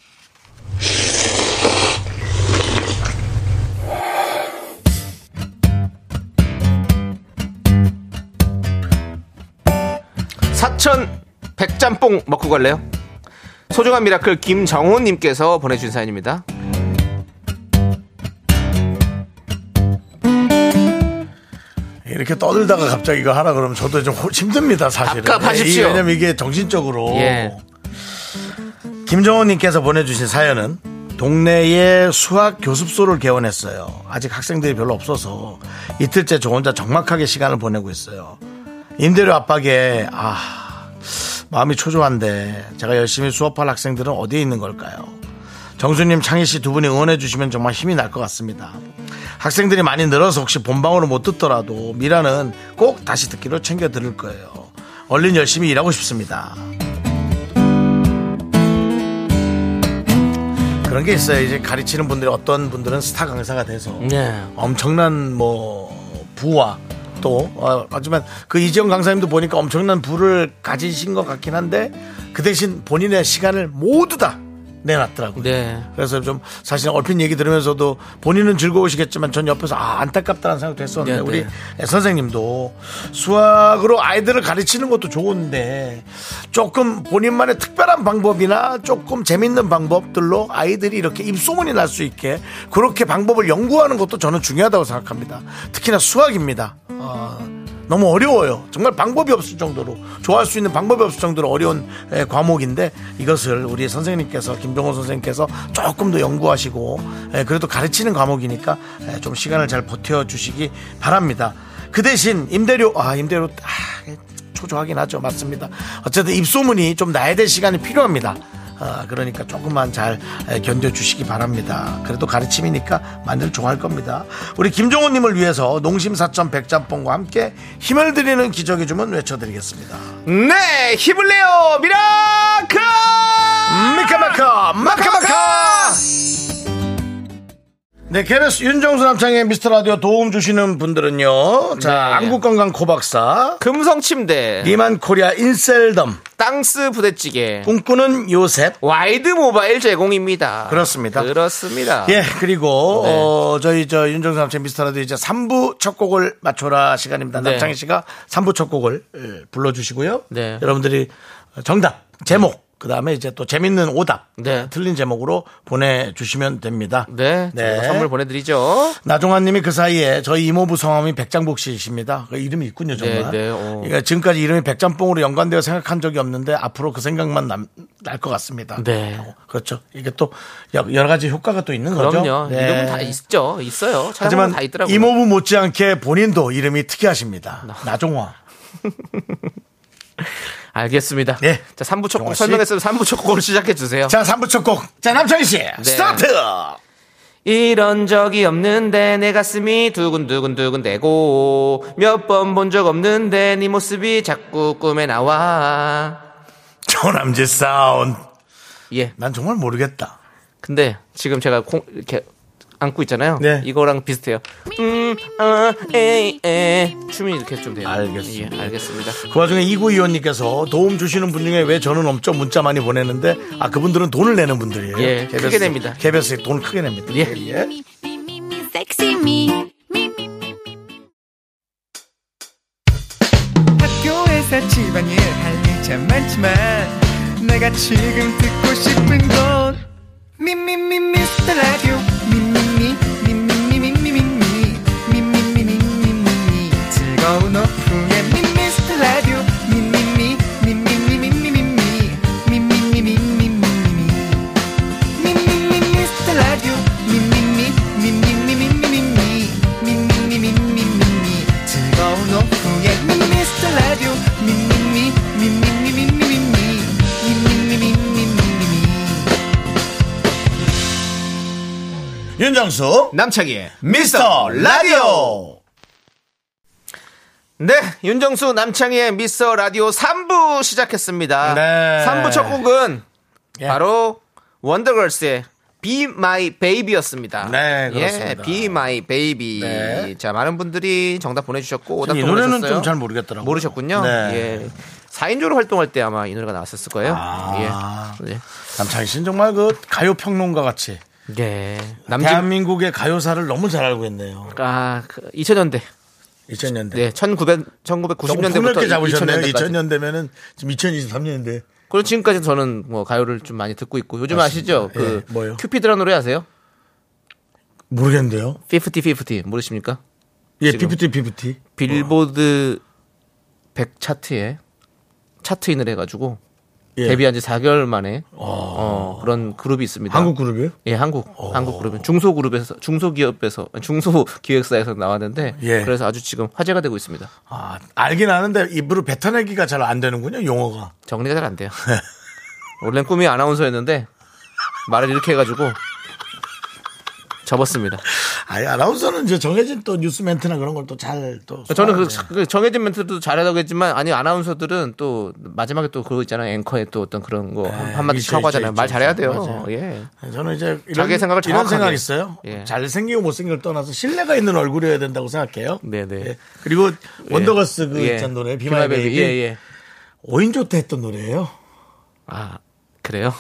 Speaker 2: 사천 백짬뽕 먹고 갈래요? 소중한 미라클 김정훈님께서 보내주신 사연입니다.
Speaker 1: 이렇게 떠들다가 갑자기 이거 하라 그러면 저도 좀 호- 힘듭니다, 사실은.
Speaker 2: 답답하십시오.
Speaker 1: 예, 이- 왜냐면 이게 정신적으로.
Speaker 2: 예.
Speaker 1: 김정호님께서 보내주신 사연은 동네에 수학 교습소를 개원했어요. 아직 학생들이 별로 없어서 이틀째 저 혼자 적막하게 시간을 보내고 있어요. 임대료 압박에 아 마음이 초조한데 제가 열심히 수업할 학생들은 어디에 있는 걸까요? 정수님, 창희 씨 두 분이 응원해 주시면 정말 힘이 날 것 같습니다. 학생들이 많이 늘어서 혹시 본방으로 못 듣더라도 미라는 꼭 다시 듣기로 챙겨 들을 거예요. 얼른 열심히 일하고 싶습니다. 그런 게 있어요. 이제 가르치는 분들이 어떤 분들은 스타 강사가 돼서
Speaker 2: 네.
Speaker 1: 엄청난 뭐 부와 또 어, 하지만 그 이지영 강사님도 보니까 엄청난 부를 가지신 것 같긴 한데 그 대신 본인의 시간을 모두 다 내놨더라고요.
Speaker 2: 네.
Speaker 1: 그래서 좀 사실 얼핏 얘기 들으면서도 본인은 즐거우시겠지만 전 옆에서 아 안타깝다는 생각도 했었는데
Speaker 2: 네,
Speaker 1: 우리 예,
Speaker 2: 네.
Speaker 1: 선생님도 수학으로 아이들을 가르치는 것도 좋은데 조금 본인만의 특별한 방법이나 조금 재밌는 방법들로 아이들이 이렇게 입소문이 날 수 있게 그렇게 방법을 연구하는 것도 저는 중요하다고 생각합니다. 특히나 수학입니다. 어, 너무 어려워요. 정말 방법이 없을 정도로 좋아할 수 있는 방법이 없을 정도로 어려운 에, 과목인데 이것을 우리 선생님께서 김종호 선생님께서 조금 더 연구하시고 에, 그래도 가르치는 과목이니까 에, 좀 시간을 잘 버텨 주시기 바랍니다. 그 대신 임대료 아 임대료 아, 초조하긴 하죠. 맞습니다. 어쨌든 입소문이 좀 나야 될 시간이 필요합니다. 아, 그러니까 조금만 잘 에, 견뎌주시기 바랍니다. 그래도 가르침이니까 만들 좋아할 겁니다. 우리 김종호님을 위해서 농심 사천 백짬뽕과 함께 힘을 드리는 기적의 주문 외쳐드리겠습니다.
Speaker 2: 네! 힘을 내요! 미라클!
Speaker 1: 미카마카 마카마카 네, KBS 윤정수 남창의 미스터 라디오 도움 주시는 분들은요. 자,
Speaker 2: 네.
Speaker 1: 안국건강 코박사,
Speaker 2: 금성침대.
Speaker 1: 리만 코리아 인셀덤,
Speaker 2: 땅스 부대찌개
Speaker 1: 꿈꾸는 요셉,
Speaker 2: 와이드 모바일 제공입니다.
Speaker 1: 그렇습니다.
Speaker 2: 그렇습니다.
Speaker 1: 예, 그리고
Speaker 2: 네.
Speaker 1: 어, 저희 저 윤정수 남친 미스터라도 이제 3부 첫 곡을 맞춰라 시간입니다.
Speaker 2: 네.
Speaker 1: 남창희 씨가 3부 첫 곡을 예, 불러주시고요.
Speaker 2: 네.
Speaker 1: 여러분들이 정답 제목 그 다음에 이제 또 재밌는 오답
Speaker 2: 네.
Speaker 1: 틀린 제목으로 보내주시면 됩니다.
Speaker 2: 네, 저희가 선물 보내드리죠.
Speaker 1: 나종환님이 그 사이에 저희 이모부 성함이 백장복 씨이십니다. 그 이름이 있군요 정말.
Speaker 2: 네, 네, 어.
Speaker 1: 그러니까 지금까지 이름이 백짬뽕으로 연관되어 생각한 적이 없는데 앞으로 그 생각만 날 것 같습니다.
Speaker 2: 네.
Speaker 1: 그렇죠. 이게 또 여- 여러 가지 효과가 또 있는 거죠.
Speaker 2: 그럼요.
Speaker 1: 네.
Speaker 2: 이름은 다 있죠. 있어요. 찾아보면
Speaker 1: 하지만
Speaker 2: 다 있더라고요.
Speaker 1: 이모부 못지않게 본인도 이름이 특이하십니다. 나종화.
Speaker 2: 알겠습니다.
Speaker 1: 예.
Speaker 2: 자, 3부 첫
Speaker 1: 정화
Speaker 2: 곡
Speaker 1: 씨.
Speaker 2: 설명했으면 3부 첫 곡으로 시작해주세요.
Speaker 1: 자, 3부 첫 곡. 자, 남창희 씨.
Speaker 2: 네.
Speaker 1: 스타트!
Speaker 2: 이런 적이 없는데 내 가슴이 두근두근두근 대고 몇 번 본 적 없는데 네 모습이 자꾸 꿈에 나와.
Speaker 1: 조남지 사운드.
Speaker 2: 예.
Speaker 1: 난 정말 모르겠다.
Speaker 2: 근데 지금 제가 콩, 이렇게 안고 있잖아요.
Speaker 1: 네.
Speaker 2: 이거랑 비슷해요. 음, 아, 에이, 에이. 춤이 이렇게 좀 돼요.
Speaker 1: 알겠습니다.
Speaker 2: 예, 알겠습니다.
Speaker 1: 그 와중에 이구이원님께서 도움 주시는 분 중에 왜 저는 엄청 문자 많이 보내는데 아 그분들은 돈을 내는 분들이에요.
Speaker 2: 예, 크게 냅니다.
Speaker 1: KBS에 돈 크게 냅니다.
Speaker 2: 예.
Speaker 4: 섹시 미
Speaker 5: 학교에서 집안일 할 일 참 많지만 내가 지금 듣고 싶은 건 미미미 미스터 라디오 미미미 미미미미미미 미미미미미미 즐거운 오후에 미스터 라디오 미미미 미미미미미미 미미미미미미미 미미미 미스터 라디오 미미미 미미미미미미 미미미미미미 즐거운 오후에 미스터 라디오 미미미 미미미미미미 미미미미미미미
Speaker 1: 윤정수
Speaker 2: 남창희의
Speaker 1: 미스터 라디오.
Speaker 2: 네, 윤정수 남창희의 미스터 라디오 3부 시작했습니다.
Speaker 1: 네.
Speaker 2: 3부 첫 곡은
Speaker 1: 예.
Speaker 2: 바로 원더걸스의 Be My Baby였습니다.
Speaker 1: 네, 그렇습니다.
Speaker 2: 예, Be My Baby.
Speaker 1: 네.
Speaker 2: 자, 많은 분들이 정답 보내주셨고 오답도
Speaker 1: 이 노래는
Speaker 2: 보내셨어요.
Speaker 1: 좀 잘 모르겠더라고요.
Speaker 2: 모르셨군요.
Speaker 1: 네.
Speaker 2: 예. 4인조로 활동할 때 아마 이 노래가 나왔었을 거예요.
Speaker 1: 아.
Speaker 2: 예. 예.
Speaker 1: 남창희 씨는 정말 그 가요 평론가 같이
Speaker 2: 네. 남집
Speaker 1: 대한민국의 가요사를 너무 잘 알고 있네요.
Speaker 2: 아, 그 2000년대.
Speaker 1: 2000년대.
Speaker 2: 네, 1900
Speaker 1: 조금 폭넓게
Speaker 2: 1990년대부터
Speaker 1: 잡으셨네요.
Speaker 2: 2000년대까지.
Speaker 1: 2000년대면은 지금 2023년인데
Speaker 2: 그리고 지금까지 저는 뭐 가요를 좀 많이 듣고 있고 요즘 아시죠? 그
Speaker 1: 예, 뭐요?
Speaker 2: 큐피드라는 노래 아세요?
Speaker 1: 모르겠는데요.
Speaker 2: 50-50 모르십니까?
Speaker 1: 예,
Speaker 2: 지금.
Speaker 1: 피프티 피프티.
Speaker 2: 빌보드 100 차트에 차트인을 해가지고
Speaker 1: 예. 아.
Speaker 2: 데뷔한 지 4개월 만에 어, 그런 그룹이 있습니다.
Speaker 1: 한국 그룹이요? 어.
Speaker 2: 예, 한국 한국 그룹은 중소 그룹에서 중소 기업에서 중소 기획사에서 나왔는데
Speaker 1: 예.
Speaker 2: 그래서 아주 지금 화제가 되고 있습니다.
Speaker 1: 아, 알긴 아는데 입으로 뱉어내기가 잘 안 되는군요. 용어가.
Speaker 2: 정리가 잘 안 돼요.
Speaker 1: 네.
Speaker 2: 원래 는 꿈이 아나운서였는데 말을 이렇게 해가지고 접었습니다.
Speaker 1: 아니, 아나운서는 이제 정해진 또 뉴스 멘트나 그런 걸 또 잘 또.
Speaker 2: 저는 그,
Speaker 1: 소화하네요.
Speaker 2: 그 정해진 멘트도 잘하다고 했지만 아니 아나운서들은 또 마지막에 또 그거 있잖아요 앵커의 또 어떤 그런 거 한-
Speaker 1: 네,
Speaker 2: 한마디씩
Speaker 1: 있죠,
Speaker 2: 하고 하잖아요
Speaker 1: 있죠,
Speaker 2: 말
Speaker 1: 있죠.
Speaker 2: 잘해야 돼요
Speaker 1: 맞아요.
Speaker 2: 예.
Speaker 1: 네, 저는 이제 이런,
Speaker 2: 자기 생각을
Speaker 1: 이런
Speaker 2: 정확하게.
Speaker 1: 생각 있어요.
Speaker 2: 예.
Speaker 1: 잘생기고 못생기고 떠나서 신뢰가 있는 얼굴이어야 된다고 생각해요.
Speaker 2: 네네.
Speaker 1: 예. 그리고 원더걸스 그
Speaker 2: 예.
Speaker 1: 있 노래
Speaker 2: Be
Speaker 1: 비마이
Speaker 2: My
Speaker 1: 베이비
Speaker 2: Baby. 예, 예.
Speaker 1: 5인조 때 했던 노래예요.
Speaker 2: 아 그래요?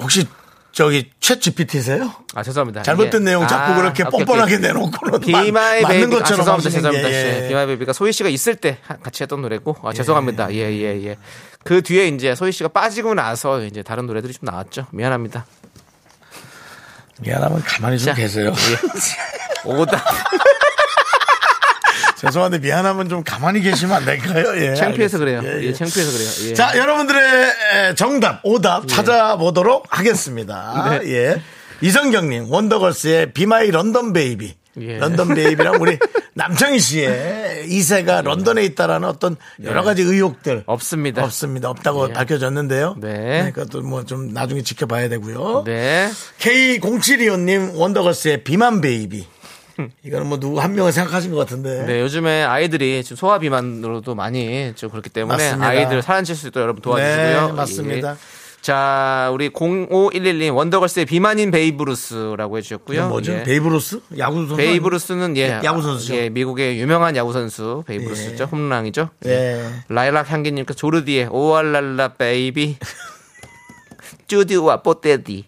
Speaker 1: 혹시 저기 챗 GPT세요?
Speaker 2: 아 죄송합니다.
Speaker 1: 잘못된
Speaker 2: 예.
Speaker 1: 내용 자꾸
Speaker 2: 아,
Speaker 1: 그렇게
Speaker 2: 오케이, 오케이.
Speaker 1: 뻔뻔하게 내놓고는
Speaker 2: 비마의
Speaker 1: 맞- 맞는
Speaker 2: 베이비 아,
Speaker 1: 것처럼
Speaker 2: 죄송합니다.
Speaker 1: 하시는 게,
Speaker 2: 죄송합니다.
Speaker 1: 예.
Speaker 2: 비마의 베이비가 소희 씨가 있을 때 하- 같이 했던 노래고 아, 죄송합니다. 예 예 예, 그 뒤에 이제 소희 씨가 빠지고 나서 이제 다른 노래들이 좀 나왔죠. 미안합니다.
Speaker 1: 미안하면 가만히 좀
Speaker 2: 자. 예.
Speaker 1: 계세요.
Speaker 2: 오다
Speaker 1: 죄송한데 미안하면 좀 가만히 계시면 안 될까요? 예, 알겠습니다.
Speaker 2: 창피해서 그래요.
Speaker 1: 예, 예.
Speaker 2: 예, 창피해서 그래요. 예.
Speaker 1: 자, 여러분들의 에, 정답, 오답 찾아보도록 하겠습니다.
Speaker 2: 네.
Speaker 1: 예. 이성경님, 원더걸스의 비마이 런던 베이비.
Speaker 2: 예.
Speaker 1: 런던 베이비랑 우리 남창희 씨의 이세가 런던에 있다라는 어떤 여러 가지 의혹들.
Speaker 2: 예. 없습니다. 예.
Speaker 1: 없습니다. 없다고 밝혀졌는데요.
Speaker 2: 네.
Speaker 1: 그것도 뭐 좀 나중에 지켜봐야 되고요.
Speaker 2: 네.
Speaker 1: K0725님, 원더걸스의 비만 베이비. 이거는 뭐 누구 한 명을 생각하신 것 같은데.
Speaker 2: 네, 요즘에 아이들이 지금 소아 비만으로도 많이 좀 그렇기 때문에
Speaker 1: 맞습니다.
Speaker 2: 아이들 사랑칠 수 있도록 여러분 도와주시고요.
Speaker 1: 네, 맞습니다.
Speaker 2: 예. 자, 우리 0511님 원더걸스의 비만인 베이브루스라고 해주셨고요.
Speaker 1: 이건 뭐죠?
Speaker 2: 예.
Speaker 1: 베이브로스? 야구 선수?
Speaker 2: 베이브루스는 예,
Speaker 1: 야구 선수죠.
Speaker 2: 예, 미국의 유명한 야구 선수 베이브루스죠. 홈런왕이죠.
Speaker 1: 예.
Speaker 2: 라일락 향기님께서 조르디의 오알랄라 베이비 쭈디와 뽀떼디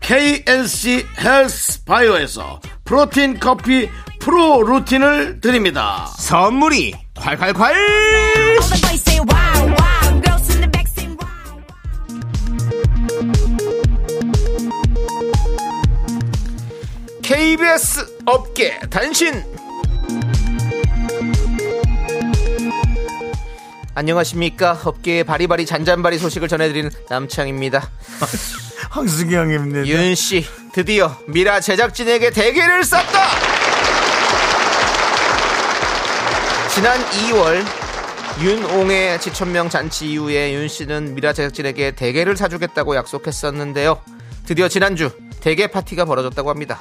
Speaker 1: KNC 헬스 바이오에서 프로틴 커피 프로 루틴을 드립니다
Speaker 2: 선물이 콸콸콸!
Speaker 4: All the boys say wow, wow, girls in the back say wow.
Speaker 2: KBS 업계 단신 안녕하십니까 업계의 바리바리 잔잔바리 소식을 전해드리는 남창입니다
Speaker 1: 황승기 형님
Speaker 2: 윤씨 드디어 미라 제작진에게 대기를 쌌다 지난 2월 윤옹의 지천명 잔치 이후에 윤씨는 미라 제작진에게 대게를 사주겠다고 약속했었는데요 드디어 지난주 대게 파티가 벌어졌다고 합니다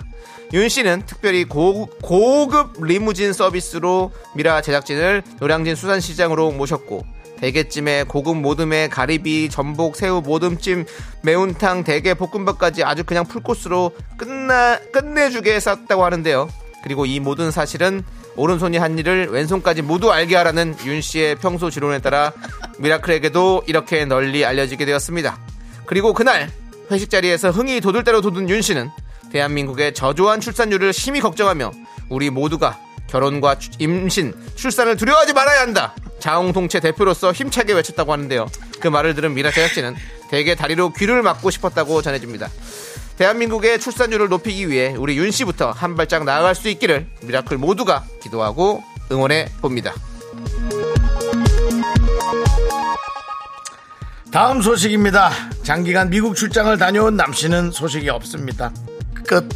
Speaker 2: 윤씨는 특별히 고, 고급 리무진 서비스로 미라 제작진을 노량진 수산시장으로 모셨고 대게찜에 고급 모듬에 가리비, 전복, 새우 모듬찜, 매운탕, 대게, 볶음밥까지 아주 그냥 풀코스로 끝나 끝내주게 쌌다고 하는데요. 그리고 이 모든 사실은 오른손이 한 일을 왼손까지 모두 알게 하라는 윤 씨의 평소 지론에 따라 미라클에게도 이렇게 널리 알려지게 되었습니다. 그리고 그날 회식 자리에서 흥이 돋을대로 돋은 윤 씨는 대한민국의 저조한 출산율을 심히 걱정하며 우리 모두가 결혼과 추- 임신, 출산을 두려워하지 말아야 한다. 자웅동체 대표로서 힘차게 외쳤다고 하는데요. 그 말을 들은 미라 제작진은 대개 다리로 귀를 막고 싶었다고 전해집니다. 대한민국의 출산율을 높이기 위해 우리 윤 씨부터 한 발짝 나아갈 수 있기를 미라클 모두가 기도하고 응원해 봅니다.
Speaker 1: 다음 소식입니다 장기간 미국 출장을 다녀온 남씨는 소식이 없습니다 끝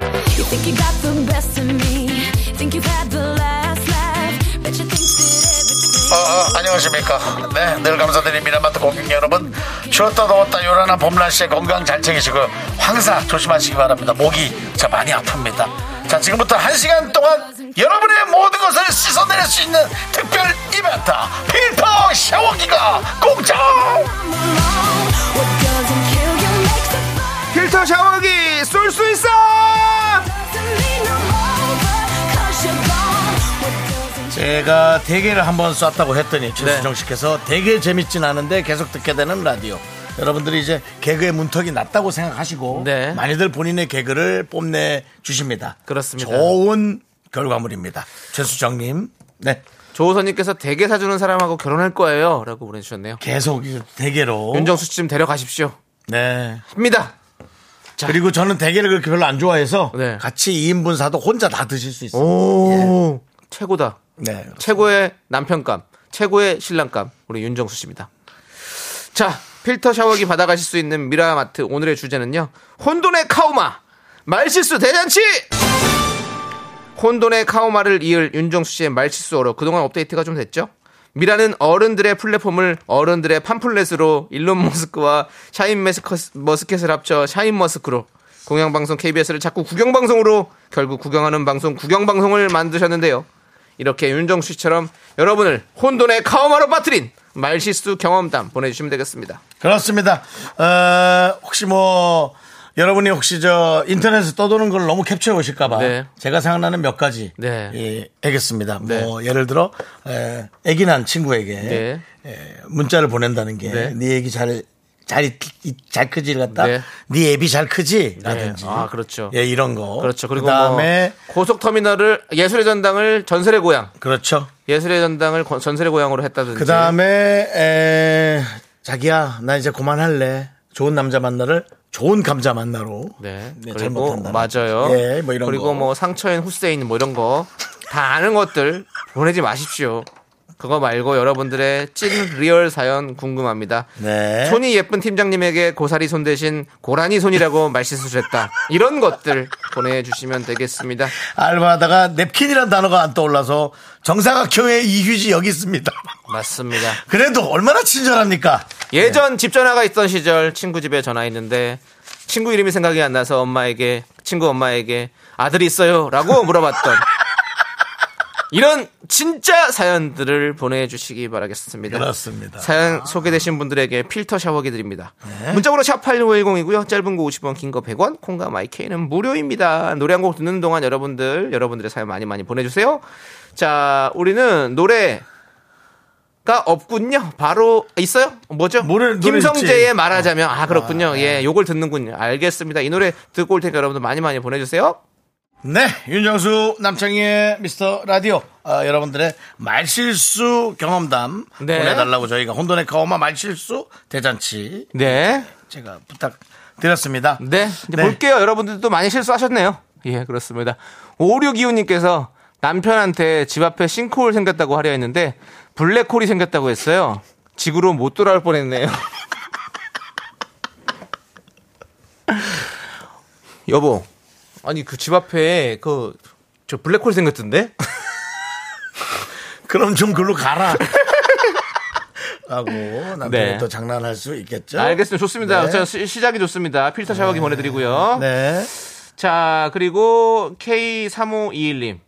Speaker 4: You think you got the best of me, think you've had the last laugh, bet you think that everything.
Speaker 1: 어, 어, 안녕하십니까. 네, 늘 감사드립니다. 마트 고객 여러분. 추웠다 더웠다 요란한 봄날씨에 건강 잘 챙기시고 항상 조심하시기 바랍니다. 목이 저 많이 아픕니다. 자, 지금부터 한시간 동안 여러분의 모든 것을 씻어낼 수 있는 특별 이벤트, 필터 샤워기가 공짜!
Speaker 2: 필터 샤워기 쏠 수 있어!
Speaker 1: 제가 대게를 한번 쐈다고 했더니 최수정
Speaker 2: 네.
Speaker 1: 씨께서 되게 재밌진 않은데 계속 듣게 되는 라디오. 여러분들이 이제 개그의 문턱이 낮다고 생각하시고
Speaker 2: 네.
Speaker 1: 많이들 본인의 개그를 뽐내 주십니다.
Speaker 2: 그렇습니다.
Speaker 1: 좋은 결과물입니다. 최수정님, 네
Speaker 2: 조호선님께서 대게 사주는 사람하고 결혼할 거예요. 라고 보내주셨네요.
Speaker 1: 계속 이 대게로.
Speaker 2: 윤정수 씨 좀 데려가십시오.
Speaker 1: 네.
Speaker 2: 합니다!
Speaker 1: 그리고 저는 대게를 그렇게 별로 안 좋아해서
Speaker 2: 네.
Speaker 1: 같이 2인분 사도 혼자 다 드실 수 있어요.
Speaker 2: 오! 예. 최고다.
Speaker 1: 네.
Speaker 2: 최고의 남편감, 최고의 신랑감, 우리 윤정수 씨입니다. 자, 필터 샤워기 받아가실 수 있는 미라마트 오늘의 주제는요. 혼돈의 카우마, 말실수 대잔치! 혼돈의 카우마를 이을 윤정수 씨의 말실수어로 그동안 업데이트가 좀 됐죠? 미라는 어른들의 플랫폼을 어른들의 팜플렛으로 일론 머스크와 샤인 머스컷- 머스켓을 합쳐 샤인 머스크로 공영방송 KBS를 자꾸 구경방송으로 결국 구경하는 방송 구경방송을 만드셨는데요. 이렇게 윤정수 씨처럼 여러분을 혼돈의 카오마로 빠뜨린 말실수 경험담 보내주시면 되겠습니다.
Speaker 1: 그렇습니다. 어, 혹시 뭐 여러분이 혹시 저 인터넷에 떠도는 걸 너무 캡처해 오실까봐
Speaker 2: 네.
Speaker 1: 제가 생각나는 몇 가지
Speaker 2: 네.
Speaker 1: 예, 알겠습니다. 뭐 예를 들어 에, 애기 난 친구에게
Speaker 2: 네.
Speaker 1: 에, 문자를 보낸다는 게
Speaker 2: 네.
Speaker 1: 네 애기 잘 잘, 이- 잘 크지 같다.
Speaker 2: 네.
Speaker 1: 네, 애비 잘 크지? 라든지.
Speaker 2: 네. 아, 그렇죠.
Speaker 1: 예, 이런 거.
Speaker 2: 그렇죠. 그리고
Speaker 1: 그다음에
Speaker 2: 뭐 고속터미널을 예술의 전당을 전설의 고향,
Speaker 1: 그렇죠.
Speaker 2: 예술의 전당을 거- 전설의 고향으로 했다든지.
Speaker 1: 그 다음에 에 자기야 나 이제 그만할래. 좋은 남자 만나를 좋은 감자 만나로.
Speaker 2: 네. 그리고
Speaker 1: 잘못한다.
Speaker 2: 맞아요.
Speaker 1: 예, 뭐 이런
Speaker 2: 그리고
Speaker 1: 거.
Speaker 2: 뭐 상처인 후세인 뭐 이런 거 다 아는 것들 보내지 마십시오. 그거 말고 여러분들의 찐 리얼 사연 궁금합니다.
Speaker 1: 네.
Speaker 2: 손이 예쁜 팀장님에게 고사리 손 대신 고라니 손이라고 말실수했다. 이런 것들 보내주시면 되겠습니다.
Speaker 1: 알바하다가 냅킨이란 단어가 안 떠올라서 정사각형의 이휴지 여기 있습니다.
Speaker 2: 맞습니다.
Speaker 1: 그래도 얼마나 친절합니까?
Speaker 2: 예전 집 전화가 있던 시절 친구 집에 전화했는데 친구 이름이 생각이 안 나서 엄마에게 친구 엄마에게 아들이 있어요라고 물어봤던 이런 진짜 사연들을 보내주시기 바라겠습니다.
Speaker 1: 그렇습니다.
Speaker 2: 사연 소개되신 분들에게 필터 샤워기 드립니다.
Speaker 1: 네.
Speaker 2: 문자번호 샵 8910이고요. 짧은 거 50원, 긴 거 100원, 콩과 마이케이는 무료입니다. 노래 한 곡 듣는 동안 여러분들, 여러분들의 사연 많이 많이 보내주세요. 자, 우리는 노래가 없군요. 바로, 있어요? 뭐죠?
Speaker 1: 노래- 노래 있지. 네.
Speaker 2: 김성재의 말하자면. 아, 그렇군요. 예, 요걸 듣는군요. 알겠습니다. 이 노래 듣고 올 테니까 여러분들 많이 많이 보내주세요.
Speaker 1: 네, 윤정수 남창희의 미스터 라디오 아, 여러분들의 말실수 경험담
Speaker 2: 네.
Speaker 1: 보내달라고 저희가 혼돈의 카오마 말실수 대잔치
Speaker 2: 네.
Speaker 1: 제가 부탁드렸습니다.
Speaker 2: 네. 이제 볼게요. 여러분들도 많이 실수하셨네요. 예, 그렇습니다. 5625님께서 남편한테 집 앞에 싱크홀 생겼다고 하려 했는데 블랙홀이 생겼다고 했어요. 지구로 못 돌아올 뻔했네요. 여보. 아니 그 집 앞에 그 저 블랙홀 생겼던데?
Speaker 1: 그럼 좀 글로 가라. 하고 남편이
Speaker 2: 네.
Speaker 1: 또 장난할 수 있겠죠.
Speaker 2: 알겠습니다. 좋습니다.
Speaker 1: 네.
Speaker 2: 자, 시, 시작이 좋습니다. 필터 샤워기 보내드리고요.
Speaker 1: 네.
Speaker 2: 자, 그리고 K3521님.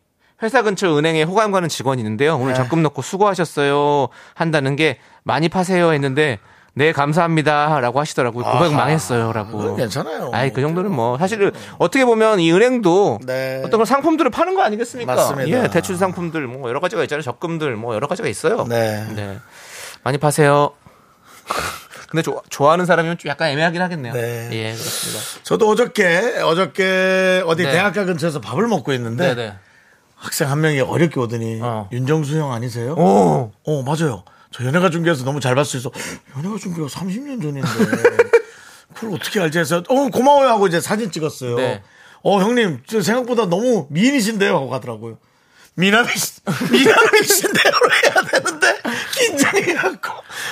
Speaker 2: 회사 근처 은행에 호감 가는 직원이 있는데요.
Speaker 1: 네.
Speaker 2: 오늘 적금 넣고 수고하셨어요. 한다는 게 많이 파세요 했는데 네, 감사합니다. 라고 하시더라고요. 고백 망했어요. 라고.
Speaker 1: 그건 괜찮아요.
Speaker 2: 아이, 그 정도는 뭐. 사실 어떻게 보면 이 은행도
Speaker 1: 네.
Speaker 2: 어떤 그런 상품들을 파는 거 아니겠습니까?
Speaker 1: 맞습니다.
Speaker 2: 예, 대출 상품들 뭐 여러 가지가 있잖아요. 적금들 뭐 여러 가지가 있어요.
Speaker 1: 네.
Speaker 2: 많이 파세요. 근데 좋아- 좋아하는 사람이면 좀 약간 애매하긴 하겠네요.
Speaker 1: 네.
Speaker 2: 예, 그렇습니다.
Speaker 1: 저도 어저께 어저께 어디
Speaker 2: 네.
Speaker 1: 대학가 근처에서 밥을 먹고 있는데 학생 한 명이 어렵게 오더니
Speaker 2: 어.
Speaker 1: 윤정수 형 아니세요?
Speaker 2: 오.
Speaker 1: 어, 맞아요. 저 연예가 중계에서 너무 잘 봤어요. 그래서 연예가 중계가 30년 전인데 그걸 어떻게 알지 해서 어 고마워요 하고 이제 사진 찍었어요.
Speaker 2: 네.
Speaker 1: 어 형님 저 생각보다 너무 미인이신데요 하고 가더라고요. 미남이신 미남이신데요로 해야 되는데 긴장해갖고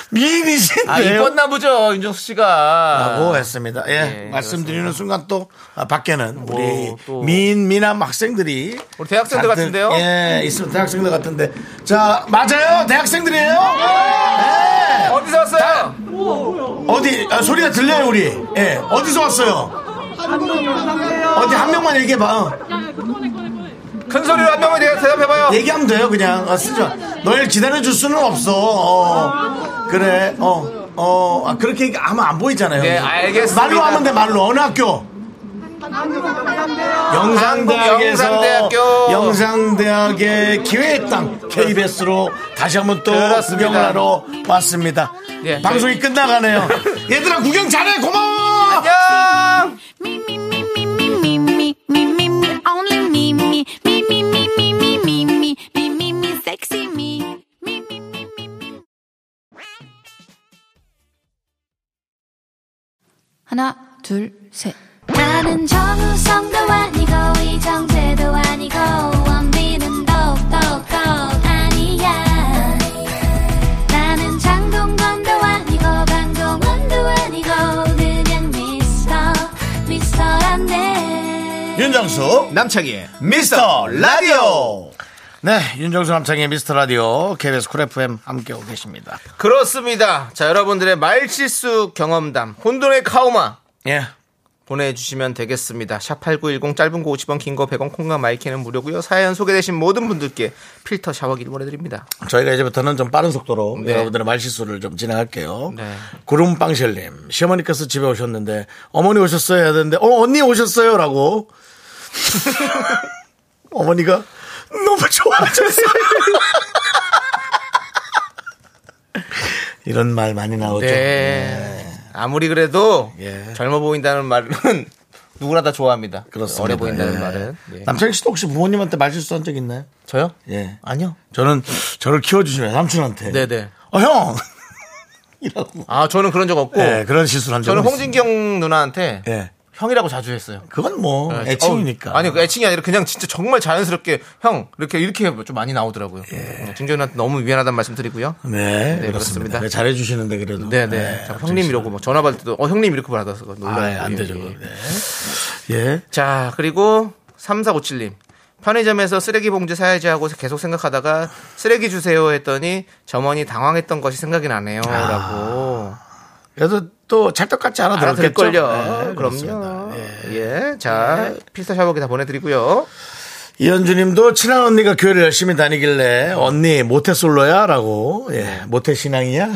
Speaker 1: 미인이신데요.
Speaker 2: 아, 이뻤나 보죠, 윤정수 씨가.
Speaker 1: 라고 했습니다. 예,
Speaker 2: 예, 뭐
Speaker 1: 말씀드리는 순간 또 아, 밖에는 우리
Speaker 2: 또.
Speaker 1: 민 미남 학생들이
Speaker 2: 우리
Speaker 1: 잔뜩,
Speaker 2: 대학생들 같은데요?
Speaker 1: 예, 있으면 대학생들 같은데 자 맞아요, 대학생들이에요. 예.
Speaker 2: 어디서 왔어요?
Speaker 1: 어디 아, 소리가 들려요 우리? 예, 어디서 왔어요? 어디 한 명만 얘기해봐. 어.
Speaker 2: 큰 소리로 한 명만 내가 대답해봐요.
Speaker 1: 얘기하면 돼요, 그냥. 아, 쓰죠. 널 기다려줄 수는 없어. 어. 그래, 어. 어, 아, 그렇게 얘기- 하면 안 보이잖아요.
Speaker 2: 네, 알겠습니다.
Speaker 1: 말로 하면 돼, 말로. 어느 학교? 영상대학에서
Speaker 2: 영상대학교.
Speaker 1: 영상대학의 기회의 땅 KBS로 다시 한번 또
Speaker 2: 그렇습니다.
Speaker 1: 구경을 하러 왔습니다.
Speaker 2: 예,
Speaker 1: 방송이 끝나가네요. 얘들아 구경 잘해 고마워.
Speaker 2: 안녕!
Speaker 4: Me, me, me, me, me, me, me, me, me, me, only me, me, me, me, me, me, me, me, me, me, me, me, sexy me. Me, me, me, me, me.
Speaker 6: 하나, 둘, 셋.
Speaker 7: 나는 정우성도 아니고 이정재도 아니고 원빈은 더욱더 아니야 나는 장동건도 아니고 강동원도 아니고 그냥 미스터 미스터란데
Speaker 1: 윤정수 남창희 미스터 라디오. 네, 윤정수 남창희 미스터 라디오 KBS 쿨 FM 함께하고 계십니다.
Speaker 2: 그렇습니다. 자, 여러분들의 말실수 경험담, 혼돈의 카우마,
Speaker 1: 예.
Speaker 2: 보내주시면 되겠습니다. 샵8910 짧은 거 50원, 긴 거 100원, 콩과 마이키는 무료고요. 사연 소개되신 모든 분들께 필터 샤워기를 보내드립니다.
Speaker 1: 저희가 이제부터는 좀 빠른 속도로
Speaker 2: 네.
Speaker 1: 여러분들의 말실수를 좀 진행할게요.
Speaker 2: 네.
Speaker 1: 구름빵실님, 시어머니께서 집에 오셨는데, 어머니 오셨어요? 해야 되는데, 어, 언니 오셨어요? 라고. 어머니가 너무 좋아하셨어요. 이런 말 많이 나오죠.
Speaker 2: 네. 아무리 그래도
Speaker 1: 예.
Speaker 2: 젊어 보인다는 말은 누구나 다 좋아합니다.
Speaker 1: 그렇습니다.
Speaker 2: 어려 보인다는
Speaker 1: 예.
Speaker 2: 말은. 예.
Speaker 1: 남창희 씨도 혹시 부모님한테 말실수 한 적 있나요?
Speaker 2: 저요?
Speaker 1: 예.
Speaker 2: 아니요.
Speaker 1: 저는 저를 키워주시는 삼촌한테.
Speaker 2: 네네.
Speaker 1: 어, 형! 이라고.
Speaker 2: 아, 저는 그런 적 없고.
Speaker 1: 예, 그런 실수를 한 적은
Speaker 2: 저는
Speaker 1: 없습니다.
Speaker 2: 홍진경 누나한테
Speaker 1: 예.
Speaker 2: 형이라고 자주 했어요.
Speaker 1: 그건 뭐
Speaker 2: 네.
Speaker 1: 애칭이니까.
Speaker 2: 어, 아니 그 애칭이 아니라 그냥 진짜 정말 자연스럽게 형 이렇게 이렇게 좀 많이 나오더라고요.
Speaker 1: 예.
Speaker 2: 어, 진준한테 너무 미안하다는 말씀드리고요.
Speaker 1: 네,
Speaker 2: 네,
Speaker 1: 그렇습니다.
Speaker 2: 그렇습니다.
Speaker 1: 네, 잘해주시는데 그래도.
Speaker 2: 네네. 형님
Speaker 1: 이
Speaker 2: 이러고 뭐 전화 받을 때도 어 형님 이렇게 받아서 놀라요.
Speaker 1: 안
Speaker 2: 예,
Speaker 1: 되죠.
Speaker 2: 예.
Speaker 1: 그거. 네. 예.
Speaker 2: 자 그리고 3457님 편의점에서 쓰레기 봉지 사야지 하고 계속 생각하다가 쓰레기 주세요 했더니 점원이 당황했던 것이 생각이 나네요라고
Speaker 1: 그래도 또 찰떡같이 알아들었겠죠.
Speaker 2: 알아들을걸요.
Speaker 1: 네,
Speaker 2: 어, 그럼요.
Speaker 1: 그렇습니다. 예.
Speaker 2: 예. 자 필터 샤워기 다 보내드리고요.
Speaker 1: 이현주님도 친한 언니가 교회를 열심히 다니길래 언니 모태 솔로야라고 예 모태 신앙이야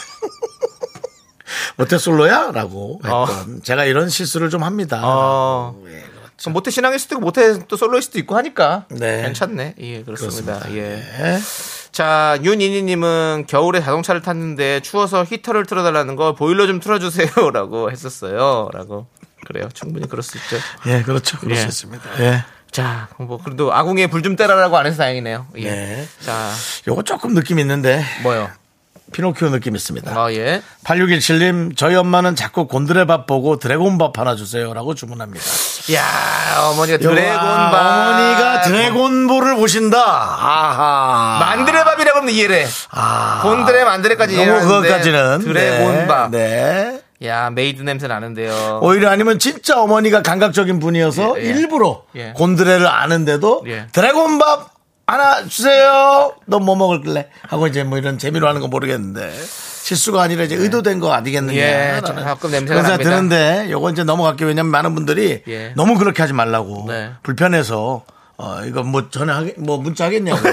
Speaker 1: 모태 솔로야라고 했던
Speaker 2: 어.
Speaker 1: 제가 이런 실수를 좀 합니다.
Speaker 2: 어. 그럼 모태 신앙일 수도 있고 모태 또 솔로일 수도 있고 하니까
Speaker 1: 네.
Speaker 2: 괜찮네. 예, 그렇습니다.
Speaker 1: 그렇습니다.
Speaker 2: 예.
Speaker 1: 예.
Speaker 2: 자, 윤이니님은 겨울에 자동차를 탔는데 추워서 히터를 틀어달라는 거 보일러 좀 틀어주세요라고 했었어요. 라고 그래요. 충분히 그럴 수 있죠.
Speaker 1: 예, 그렇죠. 그럴
Speaker 2: 예.
Speaker 1: 수 있습니다. 예.
Speaker 2: 자, 뭐 그래도 아궁이에 불 좀 때라라고 안 해서 다행이네요. 예.
Speaker 1: 네.
Speaker 2: 자,
Speaker 1: 요거 조금 느낌 있는데
Speaker 2: 뭐요?
Speaker 1: 피노키오 느낌 있습니다.
Speaker 2: 아 예.
Speaker 1: 8617님, 저희 엄마는 자꾸 곤드레 밥 보고 드래곤 밥 하나 주세요라고 주문합니다.
Speaker 2: 야, 어머니가 드래곤
Speaker 1: 여와,
Speaker 2: 밥. 뭐,
Speaker 1: 어머니가 드래곤볼을 보신다. 아하.
Speaker 2: 만드레 밥이라고 하면 이해를 해.
Speaker 1: 아.
Speaker 2: 곤드레 만드레까지
Speaker 1: 너무
Speaker 2: 이해하는데
Speaker 1: 그것까지는.
Speaker 2: 드래곤 밥.
Speaker 1: 네. 어, 네.
Speaker 2: 야, 메이드 냄새 나는데요.
Speaker 1: 오히려 아니면 진짜 어머니가 감각적인 분이어서
Speaker 2: 어. 예, 예.
Speaker 1: 일부러
Speaker 2: 예.
Speaker 1: 곤드레를 아는데도
Speaker 2: 예.
Speaker 1: 드래곤 밥 하나 주세요. 너 뭐 먹을래? 하고 이제 뭐 이런 재미로 하는 거 모르겠는데. 실수가 아니라 이제 의도된 거 아니겠느냐.
Speaker 2: 예, 조금 냄새가
Speaker 1: 그런 생각
Speaker 2: 납니다.
Speaker 1: 드는데 요거 이제 넘어갈게요. 왜냐면 많은 분들이
Speaker 2: 예.
Speaker 1: 너무 그렇게 하지 말라고
Speaker 2: 네.
Speaker 1: 불편해서 어, 이거 뭐 전화 하겠, 뭐 문자 하겠냐고.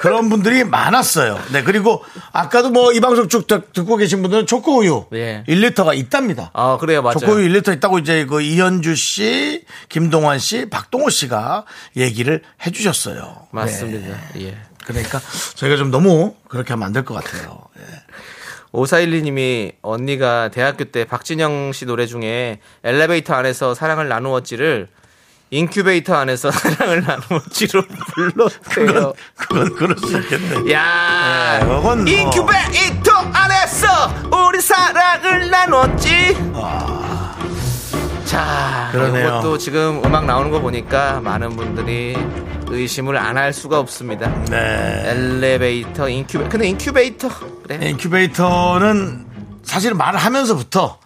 Speaker 1: 그런 분들이 많았어요. 네, 그리고 아까도 뭐 이 방송 쭉 듣- 듣고 계신 분들은 초코우유
Speaker 2: 예.
Speaker 1: 1리터가 있답니다.
Speaker 2: 아, 그래요. 맞아요.
Speaker 1: 초코우유 1리터 있다고 이제 그 이현주 씨, 김동환 씨, 박동호 씨가 얘기를 해주셨어요. 네.
Speaker 2: 맞습니다. 예.
Speaker 1: 그러니까 저희가 좀 너무 그렇게 하면 안 될 것 같아요. 예.
Speaker 2: 오사일리님이 언니가 대학교 때 박진영 씨 노래 중에 엘리베이터 안에서 사랑을 나누었지를 인큐베이터 안에서 사랑을 나누었지로 불렀대요.
Speaker 1: 그건 그건 그럴 수 있겠네.
Speaker 2: 야,
Speaker 1: 예, 그건 뭐.
Speaker 2: 인큐베이터 안에서 우리 사랑을 나눴지. 자,
Speaker 1: 아. 그러네요.
Speaker 2: 이것도 지금 음악 나오는 거 보니까 많은 분들이 의심을 안 할 수가 없습니다.
Speaker 1: 네.
Speaker 2: 엘리베이터, 인큐베, 근데 인큐베이터 그래.
Speaker 1: 인큐베이터는 사실 말을 하면서부터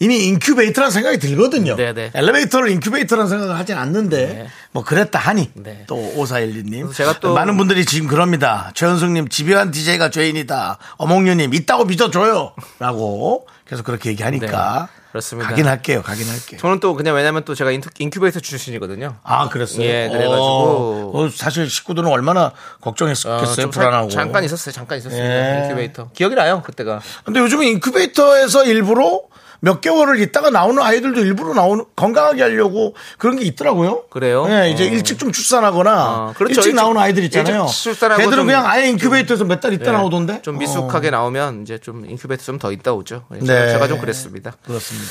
Speaker 1: 이미 인큐베이터라는 생각이 들거든요.
Speaker 2: 네네.
Speaker 1: 엘리베이터를 인큐베이터라는 생각을 하진 않는데 뭐 그랬다 하니
Speaker 2: 네.
Speaker 1: 또 오사일리님
Speaker 2: 제가 또-
Speaker 1: 많은 분들이 지금 그럽니다. 최현숙님 집요한 DJ가 죄인이다. 어몽유님 있다고 믿어줘요라고 계속 그렇게 얘기하니까
Speaker 2: 네, 그렇습니다.
Speaker 1: 가긴 할게요. 가긴 할게요.
Speaker 2: 저는 또 그냥 왜냐면 또 제가 인큐, 인큐베이터 출신이거든요.
Speaker 1: 아, 그랬어요.
Speaker 2: 예, 그래가지고.
Speaker 1: 어, 어, 사실 식구들은 얼마나
Speaker 2: 어,
Speaker 1: 걱정했겠어요.
Speaker 2: 좀 살-
Speaker 1: 불안하고.
Speaker 2: 잠깐 있었어요. 잠깐 있었습니다.
Speaker 1: 예.
Speaker 2: 인큐베이터. 기억이 나요, 그때가.
Speaker 1: 근데 요즘은 인큐베이터에서 일부러 몇 개월을 있다가 나오는 아이들도 일부러 나오는 건강하게 하려고 그런 게 있더라고요.
Speaker 2: 그래요?
Speaker 1: 네, 이제
Speaker 2: 어.
Speaker 1: 일찍 좀 출산하거나
Speaker 2: 어, 그렇죠.
Speaker 1: 일찍,
Speaker 2: 일찍-
Speaker 1: 나오는 아이들 있잖아요.
Speaker 2: 일찍 출산하고
Speaker 1: 걔들은
Speaker 2: 좀-
Speaker 1: 그냥 아예 인큐베이터에서 몇 달 있다
Speaker 2: 예.
Speaker 1: 나오던데.
Speaker 2: 좀
Speaker 1: 어,
Speaker 2: 미숙하게 나오면 이제 좀 인큐베이터 좀 더 있다 오죠. 예,
Speaker 1: 네.
Speaker 2: 제가 좀 그랬습니다.
Speaker 1: 그렇습니다.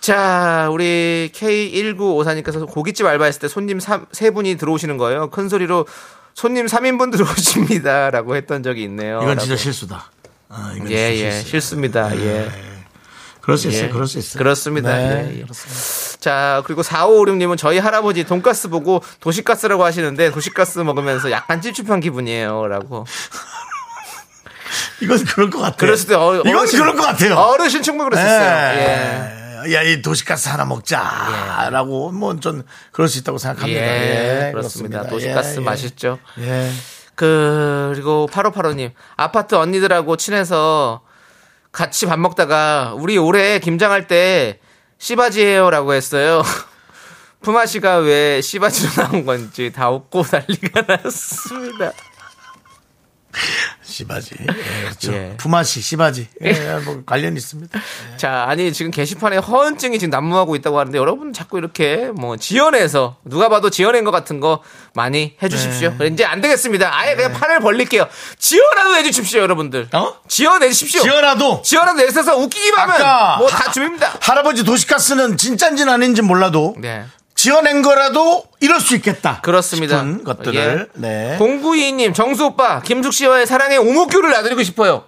Speaker 2: 자, 우리 K1954님께서 고깃집 알바했을 때 손님 3, 세 분이 들어오시는 거예요. 큰 소리로 손님 3인분 들어오십니다. 라고 했던 적이 있네요.
Speaker 1: 이건 진짜 네.
Speaker 2: 라고.
Speaker 1: 실수다. 아, 이건
Speaker 2: 예,
Speaker 1: 진짜
Speaker 2: 예.
Speaker 1: 실수다.
Speaker 2: 실수입니다. 예.
Speaker 1: 그럴 수
Speaker 2: 예.
Speaker 1: 있어요. 그럴 수 있어요.
Speaker 2: 그렇습니다.
Speaker 1: 네,
Speaker 2: 예, 예. 자, 그리고 4556님은 저희 할아버지 돈가스 보고 도시가스라고 하시는데 도시가스 먹으면서 약간 찝찝한 기분이에요. 라고.
Speaker 1: 네. 이건 그럴 것 같아요.
Speaker 2: 그럴 수도 어,
Speaker 1: 이건 그럴 것 같아요.
Speaker 2: 어르신 충분히 그랬었어요. 예.
Speaker 1: 예. 야, 이 도시가스 하나 먹자라고 뭐 전 그럴 수 있다고 생각합니다.
Speaker 2: 예,
Speaker 1: 예,
Speaker 2: 그렇습니다.
Speaker 1: 그렇습니다.
Speaker 2: 도시가스
Speaker 1: 예, 예.
Speaker 2: 맛있죠.
Speaker 1: 예.
Speaker 2: 그, 그리고 8585님, 아파트 언니들하고 친해서 같이 밥 먹다가 우리 올해 김장할 때 씨바지예요 라고 했어요. 품아 씨가 왜 씨바지로 나온 건지 다 웃고 난리가 났습니다.
Speaker 1: 씨바지. 예, 그렇죠.
Speaker 2: 예.
Speaker 1: 품앗이 씨바지. 예, 뭐 관련 있습니다.
Speaker 2: 자, 아니 지금 게시판에 허언증이 지금 난무하고 있다고 하는데 여러분 자꾸 이렇게 뭐 지연해서 누가 봐도 지연인 것 같은 거 많이 해주십시오. 이제 안 되겠습니다. 아예 그냥 팔을 벌릴게요. 지연라도 해주십시오, 여러분들.
Speaker 1: 어?
Speaker 2: 지연해주십시오.
Speaker 1: 지어라도
Speaker 2: 지원한테 있어서 웃기기만
Speaker 1: 아까
Speaker 2: 하면 뭐
Speaker 1: 하-
Speaker 2: 다 줍니다.
Speaker 1: 할아버지 도시가스는 진짠진 아닌지 몰라도
Speaker 2: 네.
Speaker 1: 지어낸 거라도 이럴 수 있겠다.
Speaker 2: 그렇습니다.
Speaker 1: 싶은 것들을.
Speaker 2: 예.
Speaker 1: 네.
Speaker 2: 공구이님, 정수 오빠, 김숙 씨와의 사랑의 오목교를 나드리고 싶어요.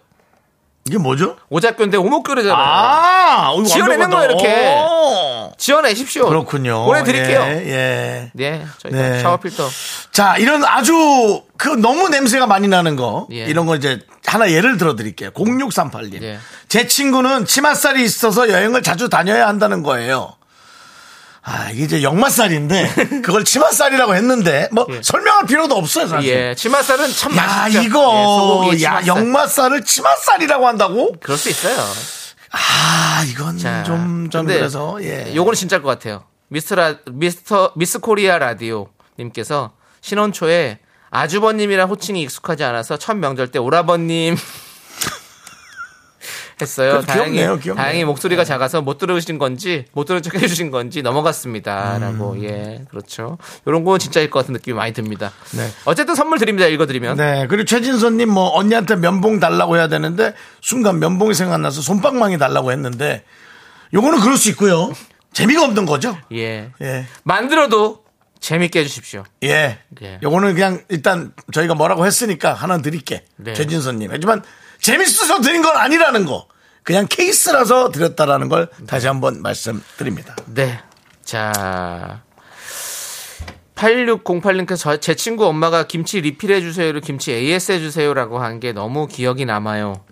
Speaker 1: 이게 뭐죠?
Speaker 2: 오작교인데 오목교래잖아요.
Speaker 1: 아, 어, 이거
Speaker 2: 지어내는
Speaker 1: 완벽하다.
Speaker 2: 거예요, 이렇게.
Speaker 1: 오.
Speaker 2: 지원해십시오.
Speaker 1: 그렇군요.
Speaker 2: 보내드릴게요.
Speaker 1: 예, 예.
Speaker 2: 네, 저희가
Speaker 1: 네.
Speaker 2: 샤워 필터.
Speaker 1: 자, 이런 아주 그 너무 냄새가 많이 나는 거
Speaker 2: 예.
Speaker 1: 이런 거 이제 하나 예를 들어 드릴게요. 0638님.
Speaker 2: 예.
Speaker 1: 제 친구는 치맛살이 있어서 여행을 자주 다녀야 한다는 거예요. 아, 이게 이제 역맛살인데 그걸 치맛살이라고 했는데 뭐 설명할 필요도 없어요, 사실.
Speaker 2: 예, 치맛살은 참
Speaker 1: 아, 네. 야,
Speaker 2: 맛있죠.
Speaker 1: 이거
Speaker 2: 예, 소고기,
Speaker 1: 야,
Speaker 2: 치맛살.
Speaker 1: 역맛살을 치맛살이라고 한다고?
Speaker 2: 그럴 수 있어요.
Speaker 1: 아, 이건
Speaker 2: 자,
Speaker 1: 좀 저는
Speaker 2: 근데
Speaker 1: 그래서 예.
Speaker 2: 요거는 진짜일 것 같아요. 미스라 미스터 미스 코리아 라디오 님께서 신혼 초에 아주버님이란 호칭이 익숙하지 않아서 첫 명절 때 오라버님 했어요.
Speaker 1: 그래도
Speaker 2: 다행히
Speaker 1: 귀엽네요, 귀엽네요.
Speaker 2: 다행히 목소리가 작아서 못 들으신 건지 못 들은 척 해주신 건지 넘어갔습니다라고
Speaker 1: 음.
Speaker 2: 예 그렇죠. 요런 건 진짜일 것 같은 느낌이 많이 듭니다.
Speaker 1: 네.
Speaker 2: 어쨌든 선물 드립니다. 읽어드리면
Speaker 1: 네. 그리고 최진선님 뭐 언니한테 면봉 달라고 해야 되는데 순간 면봉이 생각나서 손방망이 달라고 했는데 요거는 그럴 수 있고요. 재미가 없는 거죠.
Speaker 2: 예
Speaker 1: 예.
Speaker 2: 만들어도 재밌게 해주십시오.
Speaker 1: 예.
Speaker 2: 예.
Speaker 1: 요거는 그냥 일단 저희가 뭐라고 했으니까 하나 드릴게.
Speaker 2: 네.
Speaker 1: 최진선님. 하지만 재밌어서 드린 건 아니라는 거. 그냥 케이스라서 드렸다라는 걸 다시 한번 말씀드립니다.
Speaker 2: 네. 자. 8608님께서 제 친구 엄마가 김치 리필해 주세요를 김치 AS 해 주세요라고 한 게 너무 기억이 남아요. 뭐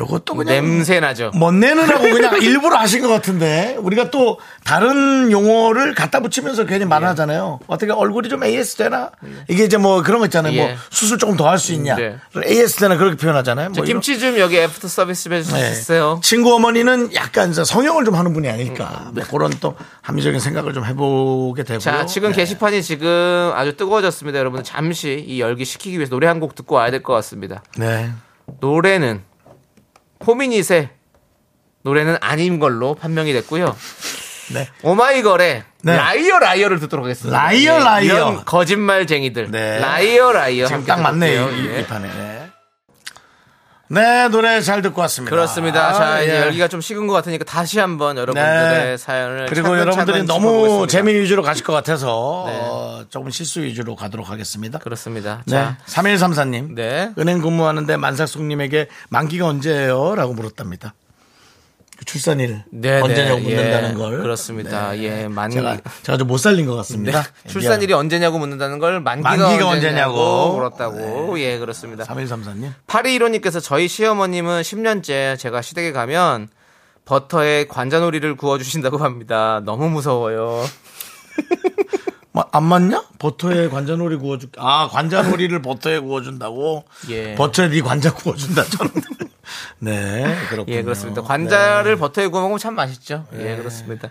Speaker 1: 요것도 그냥
Speaker 2: 냄새 나죠.
Speaker 1: 못뭐 내느라고 그냥 일부러 하신 것 같은데 우리가 또 다른 용어를 갖다 붙이면서 괜히 말하잖아요. 어떻게 얼굴이 좀 AS 되나? 이게 이제 뭐 그런 거 있잖아요. 뭐
Speaker 2: 예.
Speaker 1: 수술 조금 더 할 수 있냐?
Speaker 2: 네.
Speaker 1: AS 되나 그렇게 표현하잖아요.
Speaker 2: 저
Speaker 1: 뭐 이런-
Speaker 2: 김치 좀 여기 애프터 서비스 좀
Speaker 1: 네.
Speaker 2: 해주세요.
Speaker 1: 친구 어머니는 약간 이제 성형을 좀 하는 분이 아닐까. 뭐 그런 또 합리적인 생각을 좀 해보게 되고요.
Speaker 2: 음. 자, 지금
Speaker 1: 네.
Speaker 2: 게시판이 지금 아주 뜨거워졌습니다. 여러분 잠시 이 열기 식히기 위해서 노래 한 곡 듣고 와야 될 것 같습니다.
Speaker 1: 네.
Speaker 2: 노래는 포미닛의 노래는 아닌 걸로 판명이 됐고요.
Speaker 1: 네.
Speaker 2: 오마이걸의
Speaker 1: 네.
Speaker 2: 라이어 라이어를 듣도록 하겠습니다.
Speaker 1: 라이어,
Speaker 2: 예,
Speaker 1: 라이어.
Speaker 2: 이런 거짓말쟁이들.
Speaker 1: 네.
Speaker 2: 라이어 라이어.
Speaker 1: 지금
Speaker 2: 함께
Speaker 1: 딱 맞네요.
Speaker 2: 들을게요.
Speaker 1: 이,
Speaker 2: 예.
Speaker 1: 이 판에. 네. 네, 노래 잘 듣고 왔습니다.
Speaker 2: 그렇습니다. 자, 이제
Speaker 1: 예.
Speaker 2: 열기가 좀 식은 것 같으니까 다시 한번 여러분들의
Speaker 1: 네.
Speaker 2: 사연을
Speaker 1: 그리고
Speaker 2: 차근차근
Speaker 1: 여러분들이 너무
Speaker 2: 짚어보겠습니다.
Speaker 1: 재미 위주로 가실 것 같아서
Speaker 2: 네.
Speaker 1: 어, 조금 실수 위주로 가도록 하겠습니다.
Speaker 2: 그렇습니다.
Speaker 1: 네.
Speaker 2: 자,
Speaker 1: 3134님.
Speaker 2: 네.
Speaker 1: 은행 근무하는데 만삭숙님에게 만기가 언제예요? 라고 물었답니다. 그 출산일
Speaker 2: 네,
Speaker 1: 언제냐고
Speaker 2: 네.
Speaker 1: 묻는다는
Speaker 2: 예,
Speaker 1: 걸. 네.
Speaker 2: 그렇습니다. 예, 만기. 네.
Speaker 1: 제가, 제가 좀 못 살린 것 같습니다. 예,
Speaker 2: 출산일이 언제냐고 묻는다는 걸 만기가,
Speaker 1: 만기가
Speaker 2: 언제냐고,
Speaker 1: 언제냐고. 네.
Speaker 2: 물었다고. 예, 그렇습니다.
Speaker 1: 3134님.
Speaker 2: 8215님께서 저희 시어머님은 10년째 제가 시댁에 가면 버터에 관자놀이를 구워주신다고 합니다. 너무 무서워요.
Speaker 1: 뭐, 안 맞냐? 버터에 관자놀이 구워줄, 아, 관자놀이를 버터에 구워준다고?
Speaker 2: 예.
Speaker 1: 버터에 네 관자 구워준다, 저는. 네, 그렇군요. 네.
Speaker 2: 예, 그렇습니다. 관자를 버터에 구워 먹으면 참 맛있죠. 예, 그렇습니다.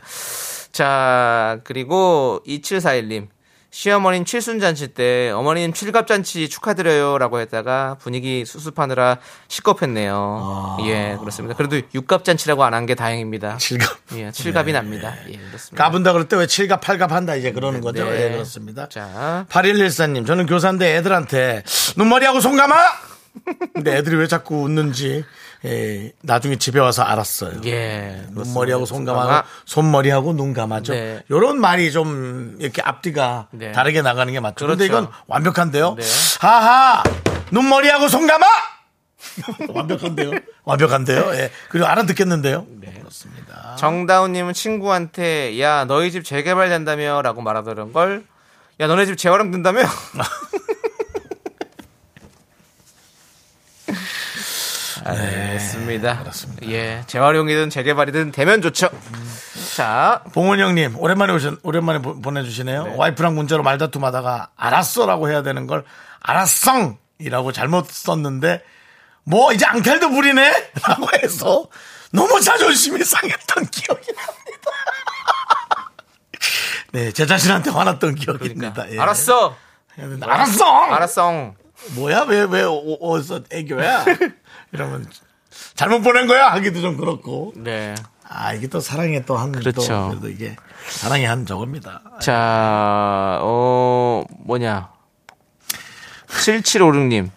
Speaker 2: 자, 그리고 2741님. 시어머님 칠순잔치 때 어머님 칠갑잔치 축하드려요라고 했다가 분위기 수습하느라 시겁했네요. 예, 그렇습니다. 그래도 육갑잔치라고 안 한 게 다행입니다.
Speaker 1: 아. 칠갑.
Speaker 2: 예, 칠갑이 납니다. 예, 그렇습니다.
Speaker 1: 까분다 그럴 때 왜 칠갑, 팔갑 한다 이제 그러는 거죠.
Speaker 2: 네.
Speaker 1: 예, 그렇습니다.
Speaker 2: 자.
Speaker 1: 8114님, 저는 교사인데 애들한테 눈머리하고 손 감아! 근데 애들이 왜 자꾸 웃는지, 예, 나중에 집에 와서 알았어요.
Speaker 2: 예.
Speaker 1: 네. 눈머리하고 손
Speaker 2: 감아.
Speaker 1: 감아, 손머리하고 눈 감아죠.
Speaker 2: 네.
Speaker 1: 요런 말이 좀 이렇게 앞뒤가
Speaker 2: 네.
Speaker 1: 다르게 나가는 게 맞죠. 근데
Speaker 2: 그렇죠.
Speaker 1: 이건 완벽한데요.
Speaker 2: 네.
Speaker 1: 하하! 눈머리하고 손 감아! 완벽한데요. 완벽한데요. 예. 그리고 알아듣겠는데요. 그렇습니다.
Speaker 2: 아. 정다운님은 친구한테 야 너희 집 재개발 된다며라고 말하더런 걸. 야 너네 집 재활용 된다며? 아, 네. 알겠습니다.
Speaker 1: 네, 그렇습니다.
Speaker 2: 예, 재활용이든 재개발이든 되면 좋죠. 자,
Speaker 1: 봉원 형님 오랜만에 오신 오랜만에 보, 내주시네요 와이프랑 문자로 말다툼하다가 알았어라고 해야 되는 걸 알았성이라고 잘못 썼는데 뭐 이제 앙탈도 부리네라고 해서 너무 자존심이 상했던 기억이 납니다. 네, 제 자신한테 화났던 기억입니다. 예.
Speaker 2: 알았어,
Speaker 1: 알았어,
Speaker 2: 알았어.
Speaker 1: 뭐야 왜왜 어디서 애교야? 이러면 잘못 보낸 거야 하기도 좀 그렇고.
Speaker 2: 네.
Speaker 1: 아 이게 또 사랑의 또한
Speaker 2: 그렇죠.
Speaker 1: 또, 그래도 이게 사랑의 한 저겁니다.
Speaker 2: 자, 어, 뭐냐. 7756님.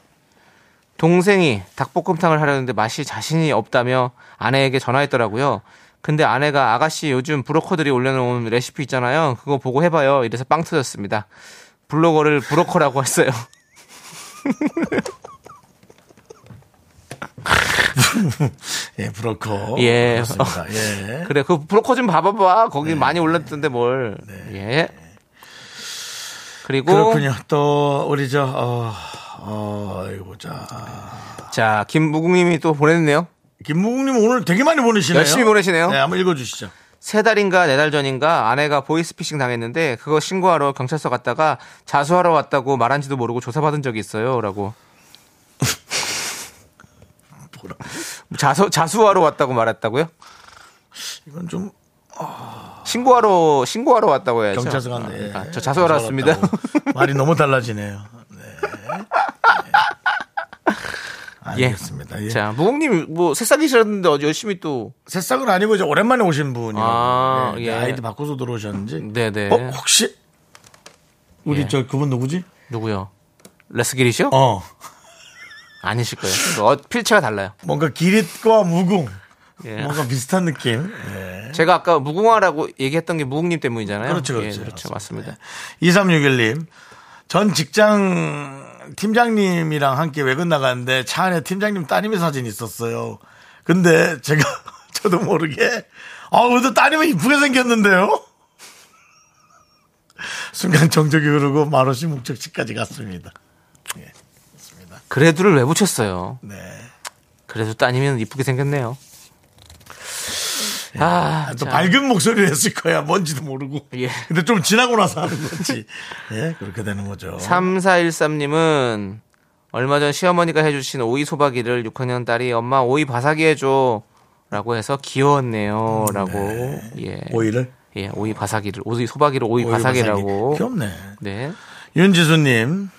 Speaker 2: 동생이 닭볶음탕을 하려는데 맛이 자신이 없다며 아내에게 전화했더라고요. 근데 아내가 아가씨 요즘 브로커들이 올려놓은 레시피 있잖아요. 그거 보고 해봐요. 이래서 빵 터졌습니다. 블로거를 브로커라고 했어요.
Speaker 1: 예, 브로커.
Speaker 2: 예.
Speaker 1: 그렇습니다. 예.
Speaker 2: 그래, 그 브로커 좀 봐봐봐.
Speaker 1: 네.
Speaker 2: 거기 많이 올렸던데 뭘. 예. 그리고
Speaker 1: 그렇군요. 또 우리 저 어, 어, 이거 보자.
Speaker 2: 자 김무국님이 또 보냈네요.
Speaker 1: 김무국님 오늘 되게 많이 보내시네요.
Speaker 2: 열심히 보내시네요.
Speaker 1: 네, 한번 읽어주시죠.
Speaker 2: 세 달인가 네 달 전인가 아내가 보이스피싱 당했는데 그거 신고하러 경찰서 갔다가 자수하러 왔다고 말한지도 모르고 조사받은 적이 있어요라고. 자수 자수하러 왔다고 말했다고요?
Speaker 1: 이건 좀
Speaker 2: 신고하러 신고하러 왔다고 해야죠.
Speaker 1: 경찰서 갔네.
Speaker 2: 아, 저 자수하러 왔습니다.
Speaker 1: 왔다고. 말이 너무 달라지네요. 네. 네.
Speaker 2: 예.
Speaker 1: 알겠습니다. 예.
Speaker 2: 자 무공님 뭐 새싹이셨는데 어제 열심히 또
Speaker 1: 새싹은 아니고 이제 오랜만에 오신 분이요.
Speaker 2: 아,
Speaker 1: 아,
Speaker 2: 예.
Speaker 1: 아이디 바꿔서 들어오셨는지.
Speaker 2: 네네.
Speaker 1: 어, 혹시 우리
Speaker 2: 예.
Speaker 1: 저 그분 누구지?
Speaker 2: 누구요? 레스길이시요?
Speaker 1: 어.
Speaker 2: 아니실 거예요. 어, 필체가 달라요.
Speaker 1: 뭔가 기릿과 무궁.
Speaker 2: 예.
Speaker 1: 뭔가 비슷한 느낌. 예.
Speaker 2: 제가 아까 무궁화라고 얘기했던 게 무궁님 때문이잖아요.
Speaker 1: 그렇죠, 그렇죠.
Speaker 2: 예, 그렇죠, 맞습니다.
Speaker 1: 2361님. 전 직장 팀장님이랑 함께 외근 나갔는데 차 안에 팀장님 따님의 사진이 있었어요. 근데 제가 저도 모르게 아, 그래도 따님은 이쁘게 생겼는데요? 순간 정적이 흐르고 말없이 목적지까지 갔습니다.
Speaker 2: 그래도를 왜 붙였어요?
Speaker 1: 네.
Speaker 2: 그래도 따님은 이쁘게 생겼네요. 아,
Speaker 1: 아, 또
Speaker 2: 자.
Speaker 1: 밝은 목소리를 했을 거야. 뭔지도 모르고.
Speaker 2: 예.
Speaker 1: 근데 좀 지나고 나서 하는 거지. 예, 그렇게 되는 거죠.
Speaker 2: 3413님은 얼마 전 시어머니가 해주신 오이 소박이를 6학년 딸이 엄마 오이 바사기 해줘. 라고 해서 음, 귀여웠네요. 라고. 예.
Speaker 1: 오이를
Speaker 2: 예, 오이 바사기를. 오이 소박이를 오이, 바사기라고.
Speaker 1: 바삭이. 귀엽네.
Speaker 2: 네.
Speaker 1: 윤지수님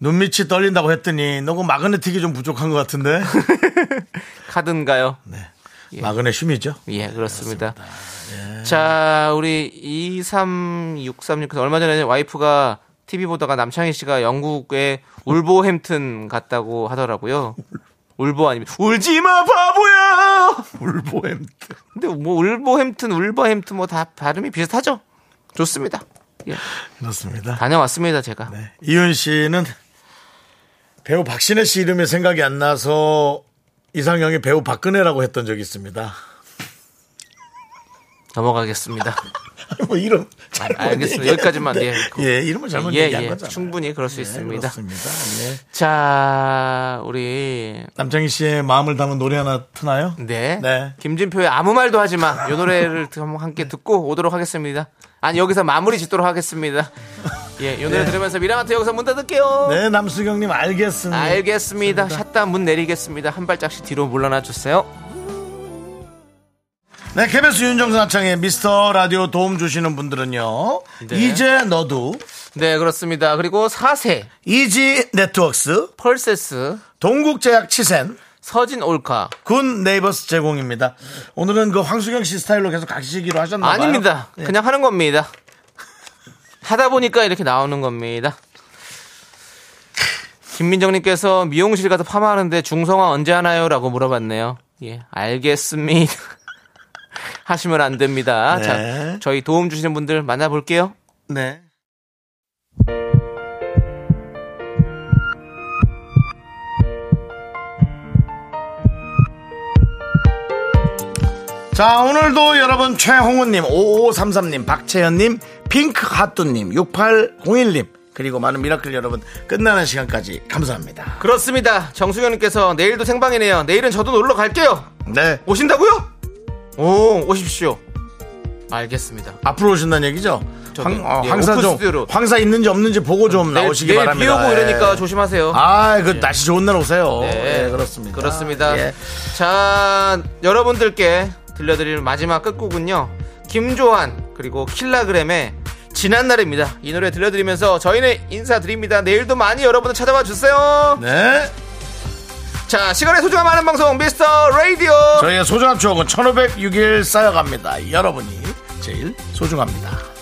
Speaker 1: 눈밑이 떨린다고 했더니 너그 마그네틱이 좀 부족한 것 같은데
Speaker 2: 카든가요?
Speaker 1: 마그네슘이죠.
Speaker 2: 예, 네, 그렇습니다. 예. 자, 우리 2363님께서 얼마 전에 와이프가 TV 보다가 남창희 씨가 영국의 울보햄튼 갔다고 하더라고요. 울보 아니면 울지 마 바보야.
Speaker 1: 울보햄트.
Speaker 2: 근데 뭐 울보햄튼, 울버햄튼 뭐 다 발음이 비슷하죠? 좋습니다. 예.
Speaker 1: 그렇습니다.
Speaker 2: 다녀왔습니다, 제가.
Speaker 1: 네. 이윤 씨는 배우 박신혜 씨 이름이 생각이 안 나서 이상형이 배우 박근혜라고 했던 적이 있습니다.
Speaker 2: 넘어가겠습니다.
Speaker 1: 뭐 이름
Speaker 2: 아,
Speaker 1: 잘못
Speaker 2: 알겠습니다.
Speaker 1: 얘기했는데.
Speaker 2: 여기까지만 예.
Speaker 1: 예, 이름을 잘못
Speaker 2: 예,
Speaker 1: 얘기한
Speaker 2: 예.
Speaker 1: 거잖아요.
Speaker 2: 충분히 그럴 수
Speaker 1: 예,
Speaker 2: 있습니다.
Speaker 1: 그렇습니다. 예.
Speaker 2: 자, 우리
Speaker 1: 남창희 씨의 마음을 담은 노래 하나 트나요?
Speaker 2: 네.
Speaker 1: 네.
Speaker 2: 김진표의 아무 말도 하지 마. 이 노래를 한번 함께 듣고 오도록 하겠습니다. 아니, 여기서 마무리 짓도록 하겠습니다. 예, 이 노래
Speaker 1: 네.
Speaker 2: 들으면서 미라마트 여기서 문 닫을게요.
Speaker 8: 네, 남수경님 알겠습니다.
Speaker 2: 알겠습니다. 샷다 문 내리겠습니다. 한 발짝씩 뒤로 물러나 주세요.
Speaker 1: 네, KBS 윤정수 남창의 미스터 라디오 도움 주시는 분들은요.
Speaker 2: 네.
Speaker 1: 이제 너도,
Speaker 2: 네, 그렇습니다. 그리고 사세,
Speaker 1: 이지 네트워크스,
Speaker 2: 펄세스,
Speaker 1: 동국제약 치센,
Speaker 2: 서진 올카.
Speaker 1: 군 네이버스 제공입니다. 오늘은 그 황수경 씨 스타일로 계속 가시기로 하셨나봐요. 예.
Speaker 2: 아닙니다. 그냥 하는 겁니다. 하다 보니까 이렇게 나오는 겁니다. 김민정님께서 미용실 가서 파마하는데 중성화 언제 하나요? 라고 물어봤네요. 예, 알겠습니다. 하시면 안 됩니다.
Speaker 1: 네.
Speaker 2: 자, 저희 도움 주시는 분들 만나볼게요.
Speaker 1: 네. 자, 오늘도 여러분 최홍훈님, 5533님, 박채연님, 핑크하뚜님, 6801님, 그리고 많은 미라클 여러분, 끝나는 시간까지 감사합니다.
Speaker 2: 그렇습니다. 정수경님께서 내일도 생방이네요. 내일은 저도 놀러 갈게요.
Speaker 1: 네.
Speaker 2: 오신다고요? 오, 오십시오. 알겠습니다.
Speaker 1: 앞으로 오신다는 얘기죠?
Speaker 2: 저기,
Speaker 1: 황, 어,
Speaker 2: 예,
Speaker 1: 황사
Speaker 2: 오픈
Speaker 1: 좀,
Speaker 2: 스튜디오로.
Speaker 1: 황사 있는지 없는지 보고 좀 나오시기
Speaker 2: 내일,
Speaker 1: 바랍니다.
Speaker 2: 비 오고 이러니까
Speaker 1: 예.
Speaker 2: 조심하세요.
Speaker 1: 아, 그 날씨 좋은 날 오세요.
Speaker 2: 네.
Speaker 1: 예, 그렇습니다.
Speaker 2: 그렇습니다.
Speaker 1: 예.
Speaker 2: 자, 여러분들께 들려드릴 마지막 끝곡은요. 김조한 그리고 킬라그램의 지난날입니다. 이 노래 들려드리면서 저희는 인사드립니다. 내일도 많이 여러분들 찾아와 주세요.
Speaker 1: 네.
Speaker 2: 자, 시간의 소중함 하는 방송 미스터 라디오.
Speaker 1: 저희의 소중한 추억은 1506일 쌓여갑니다. 여러분이 제일 소중합니다.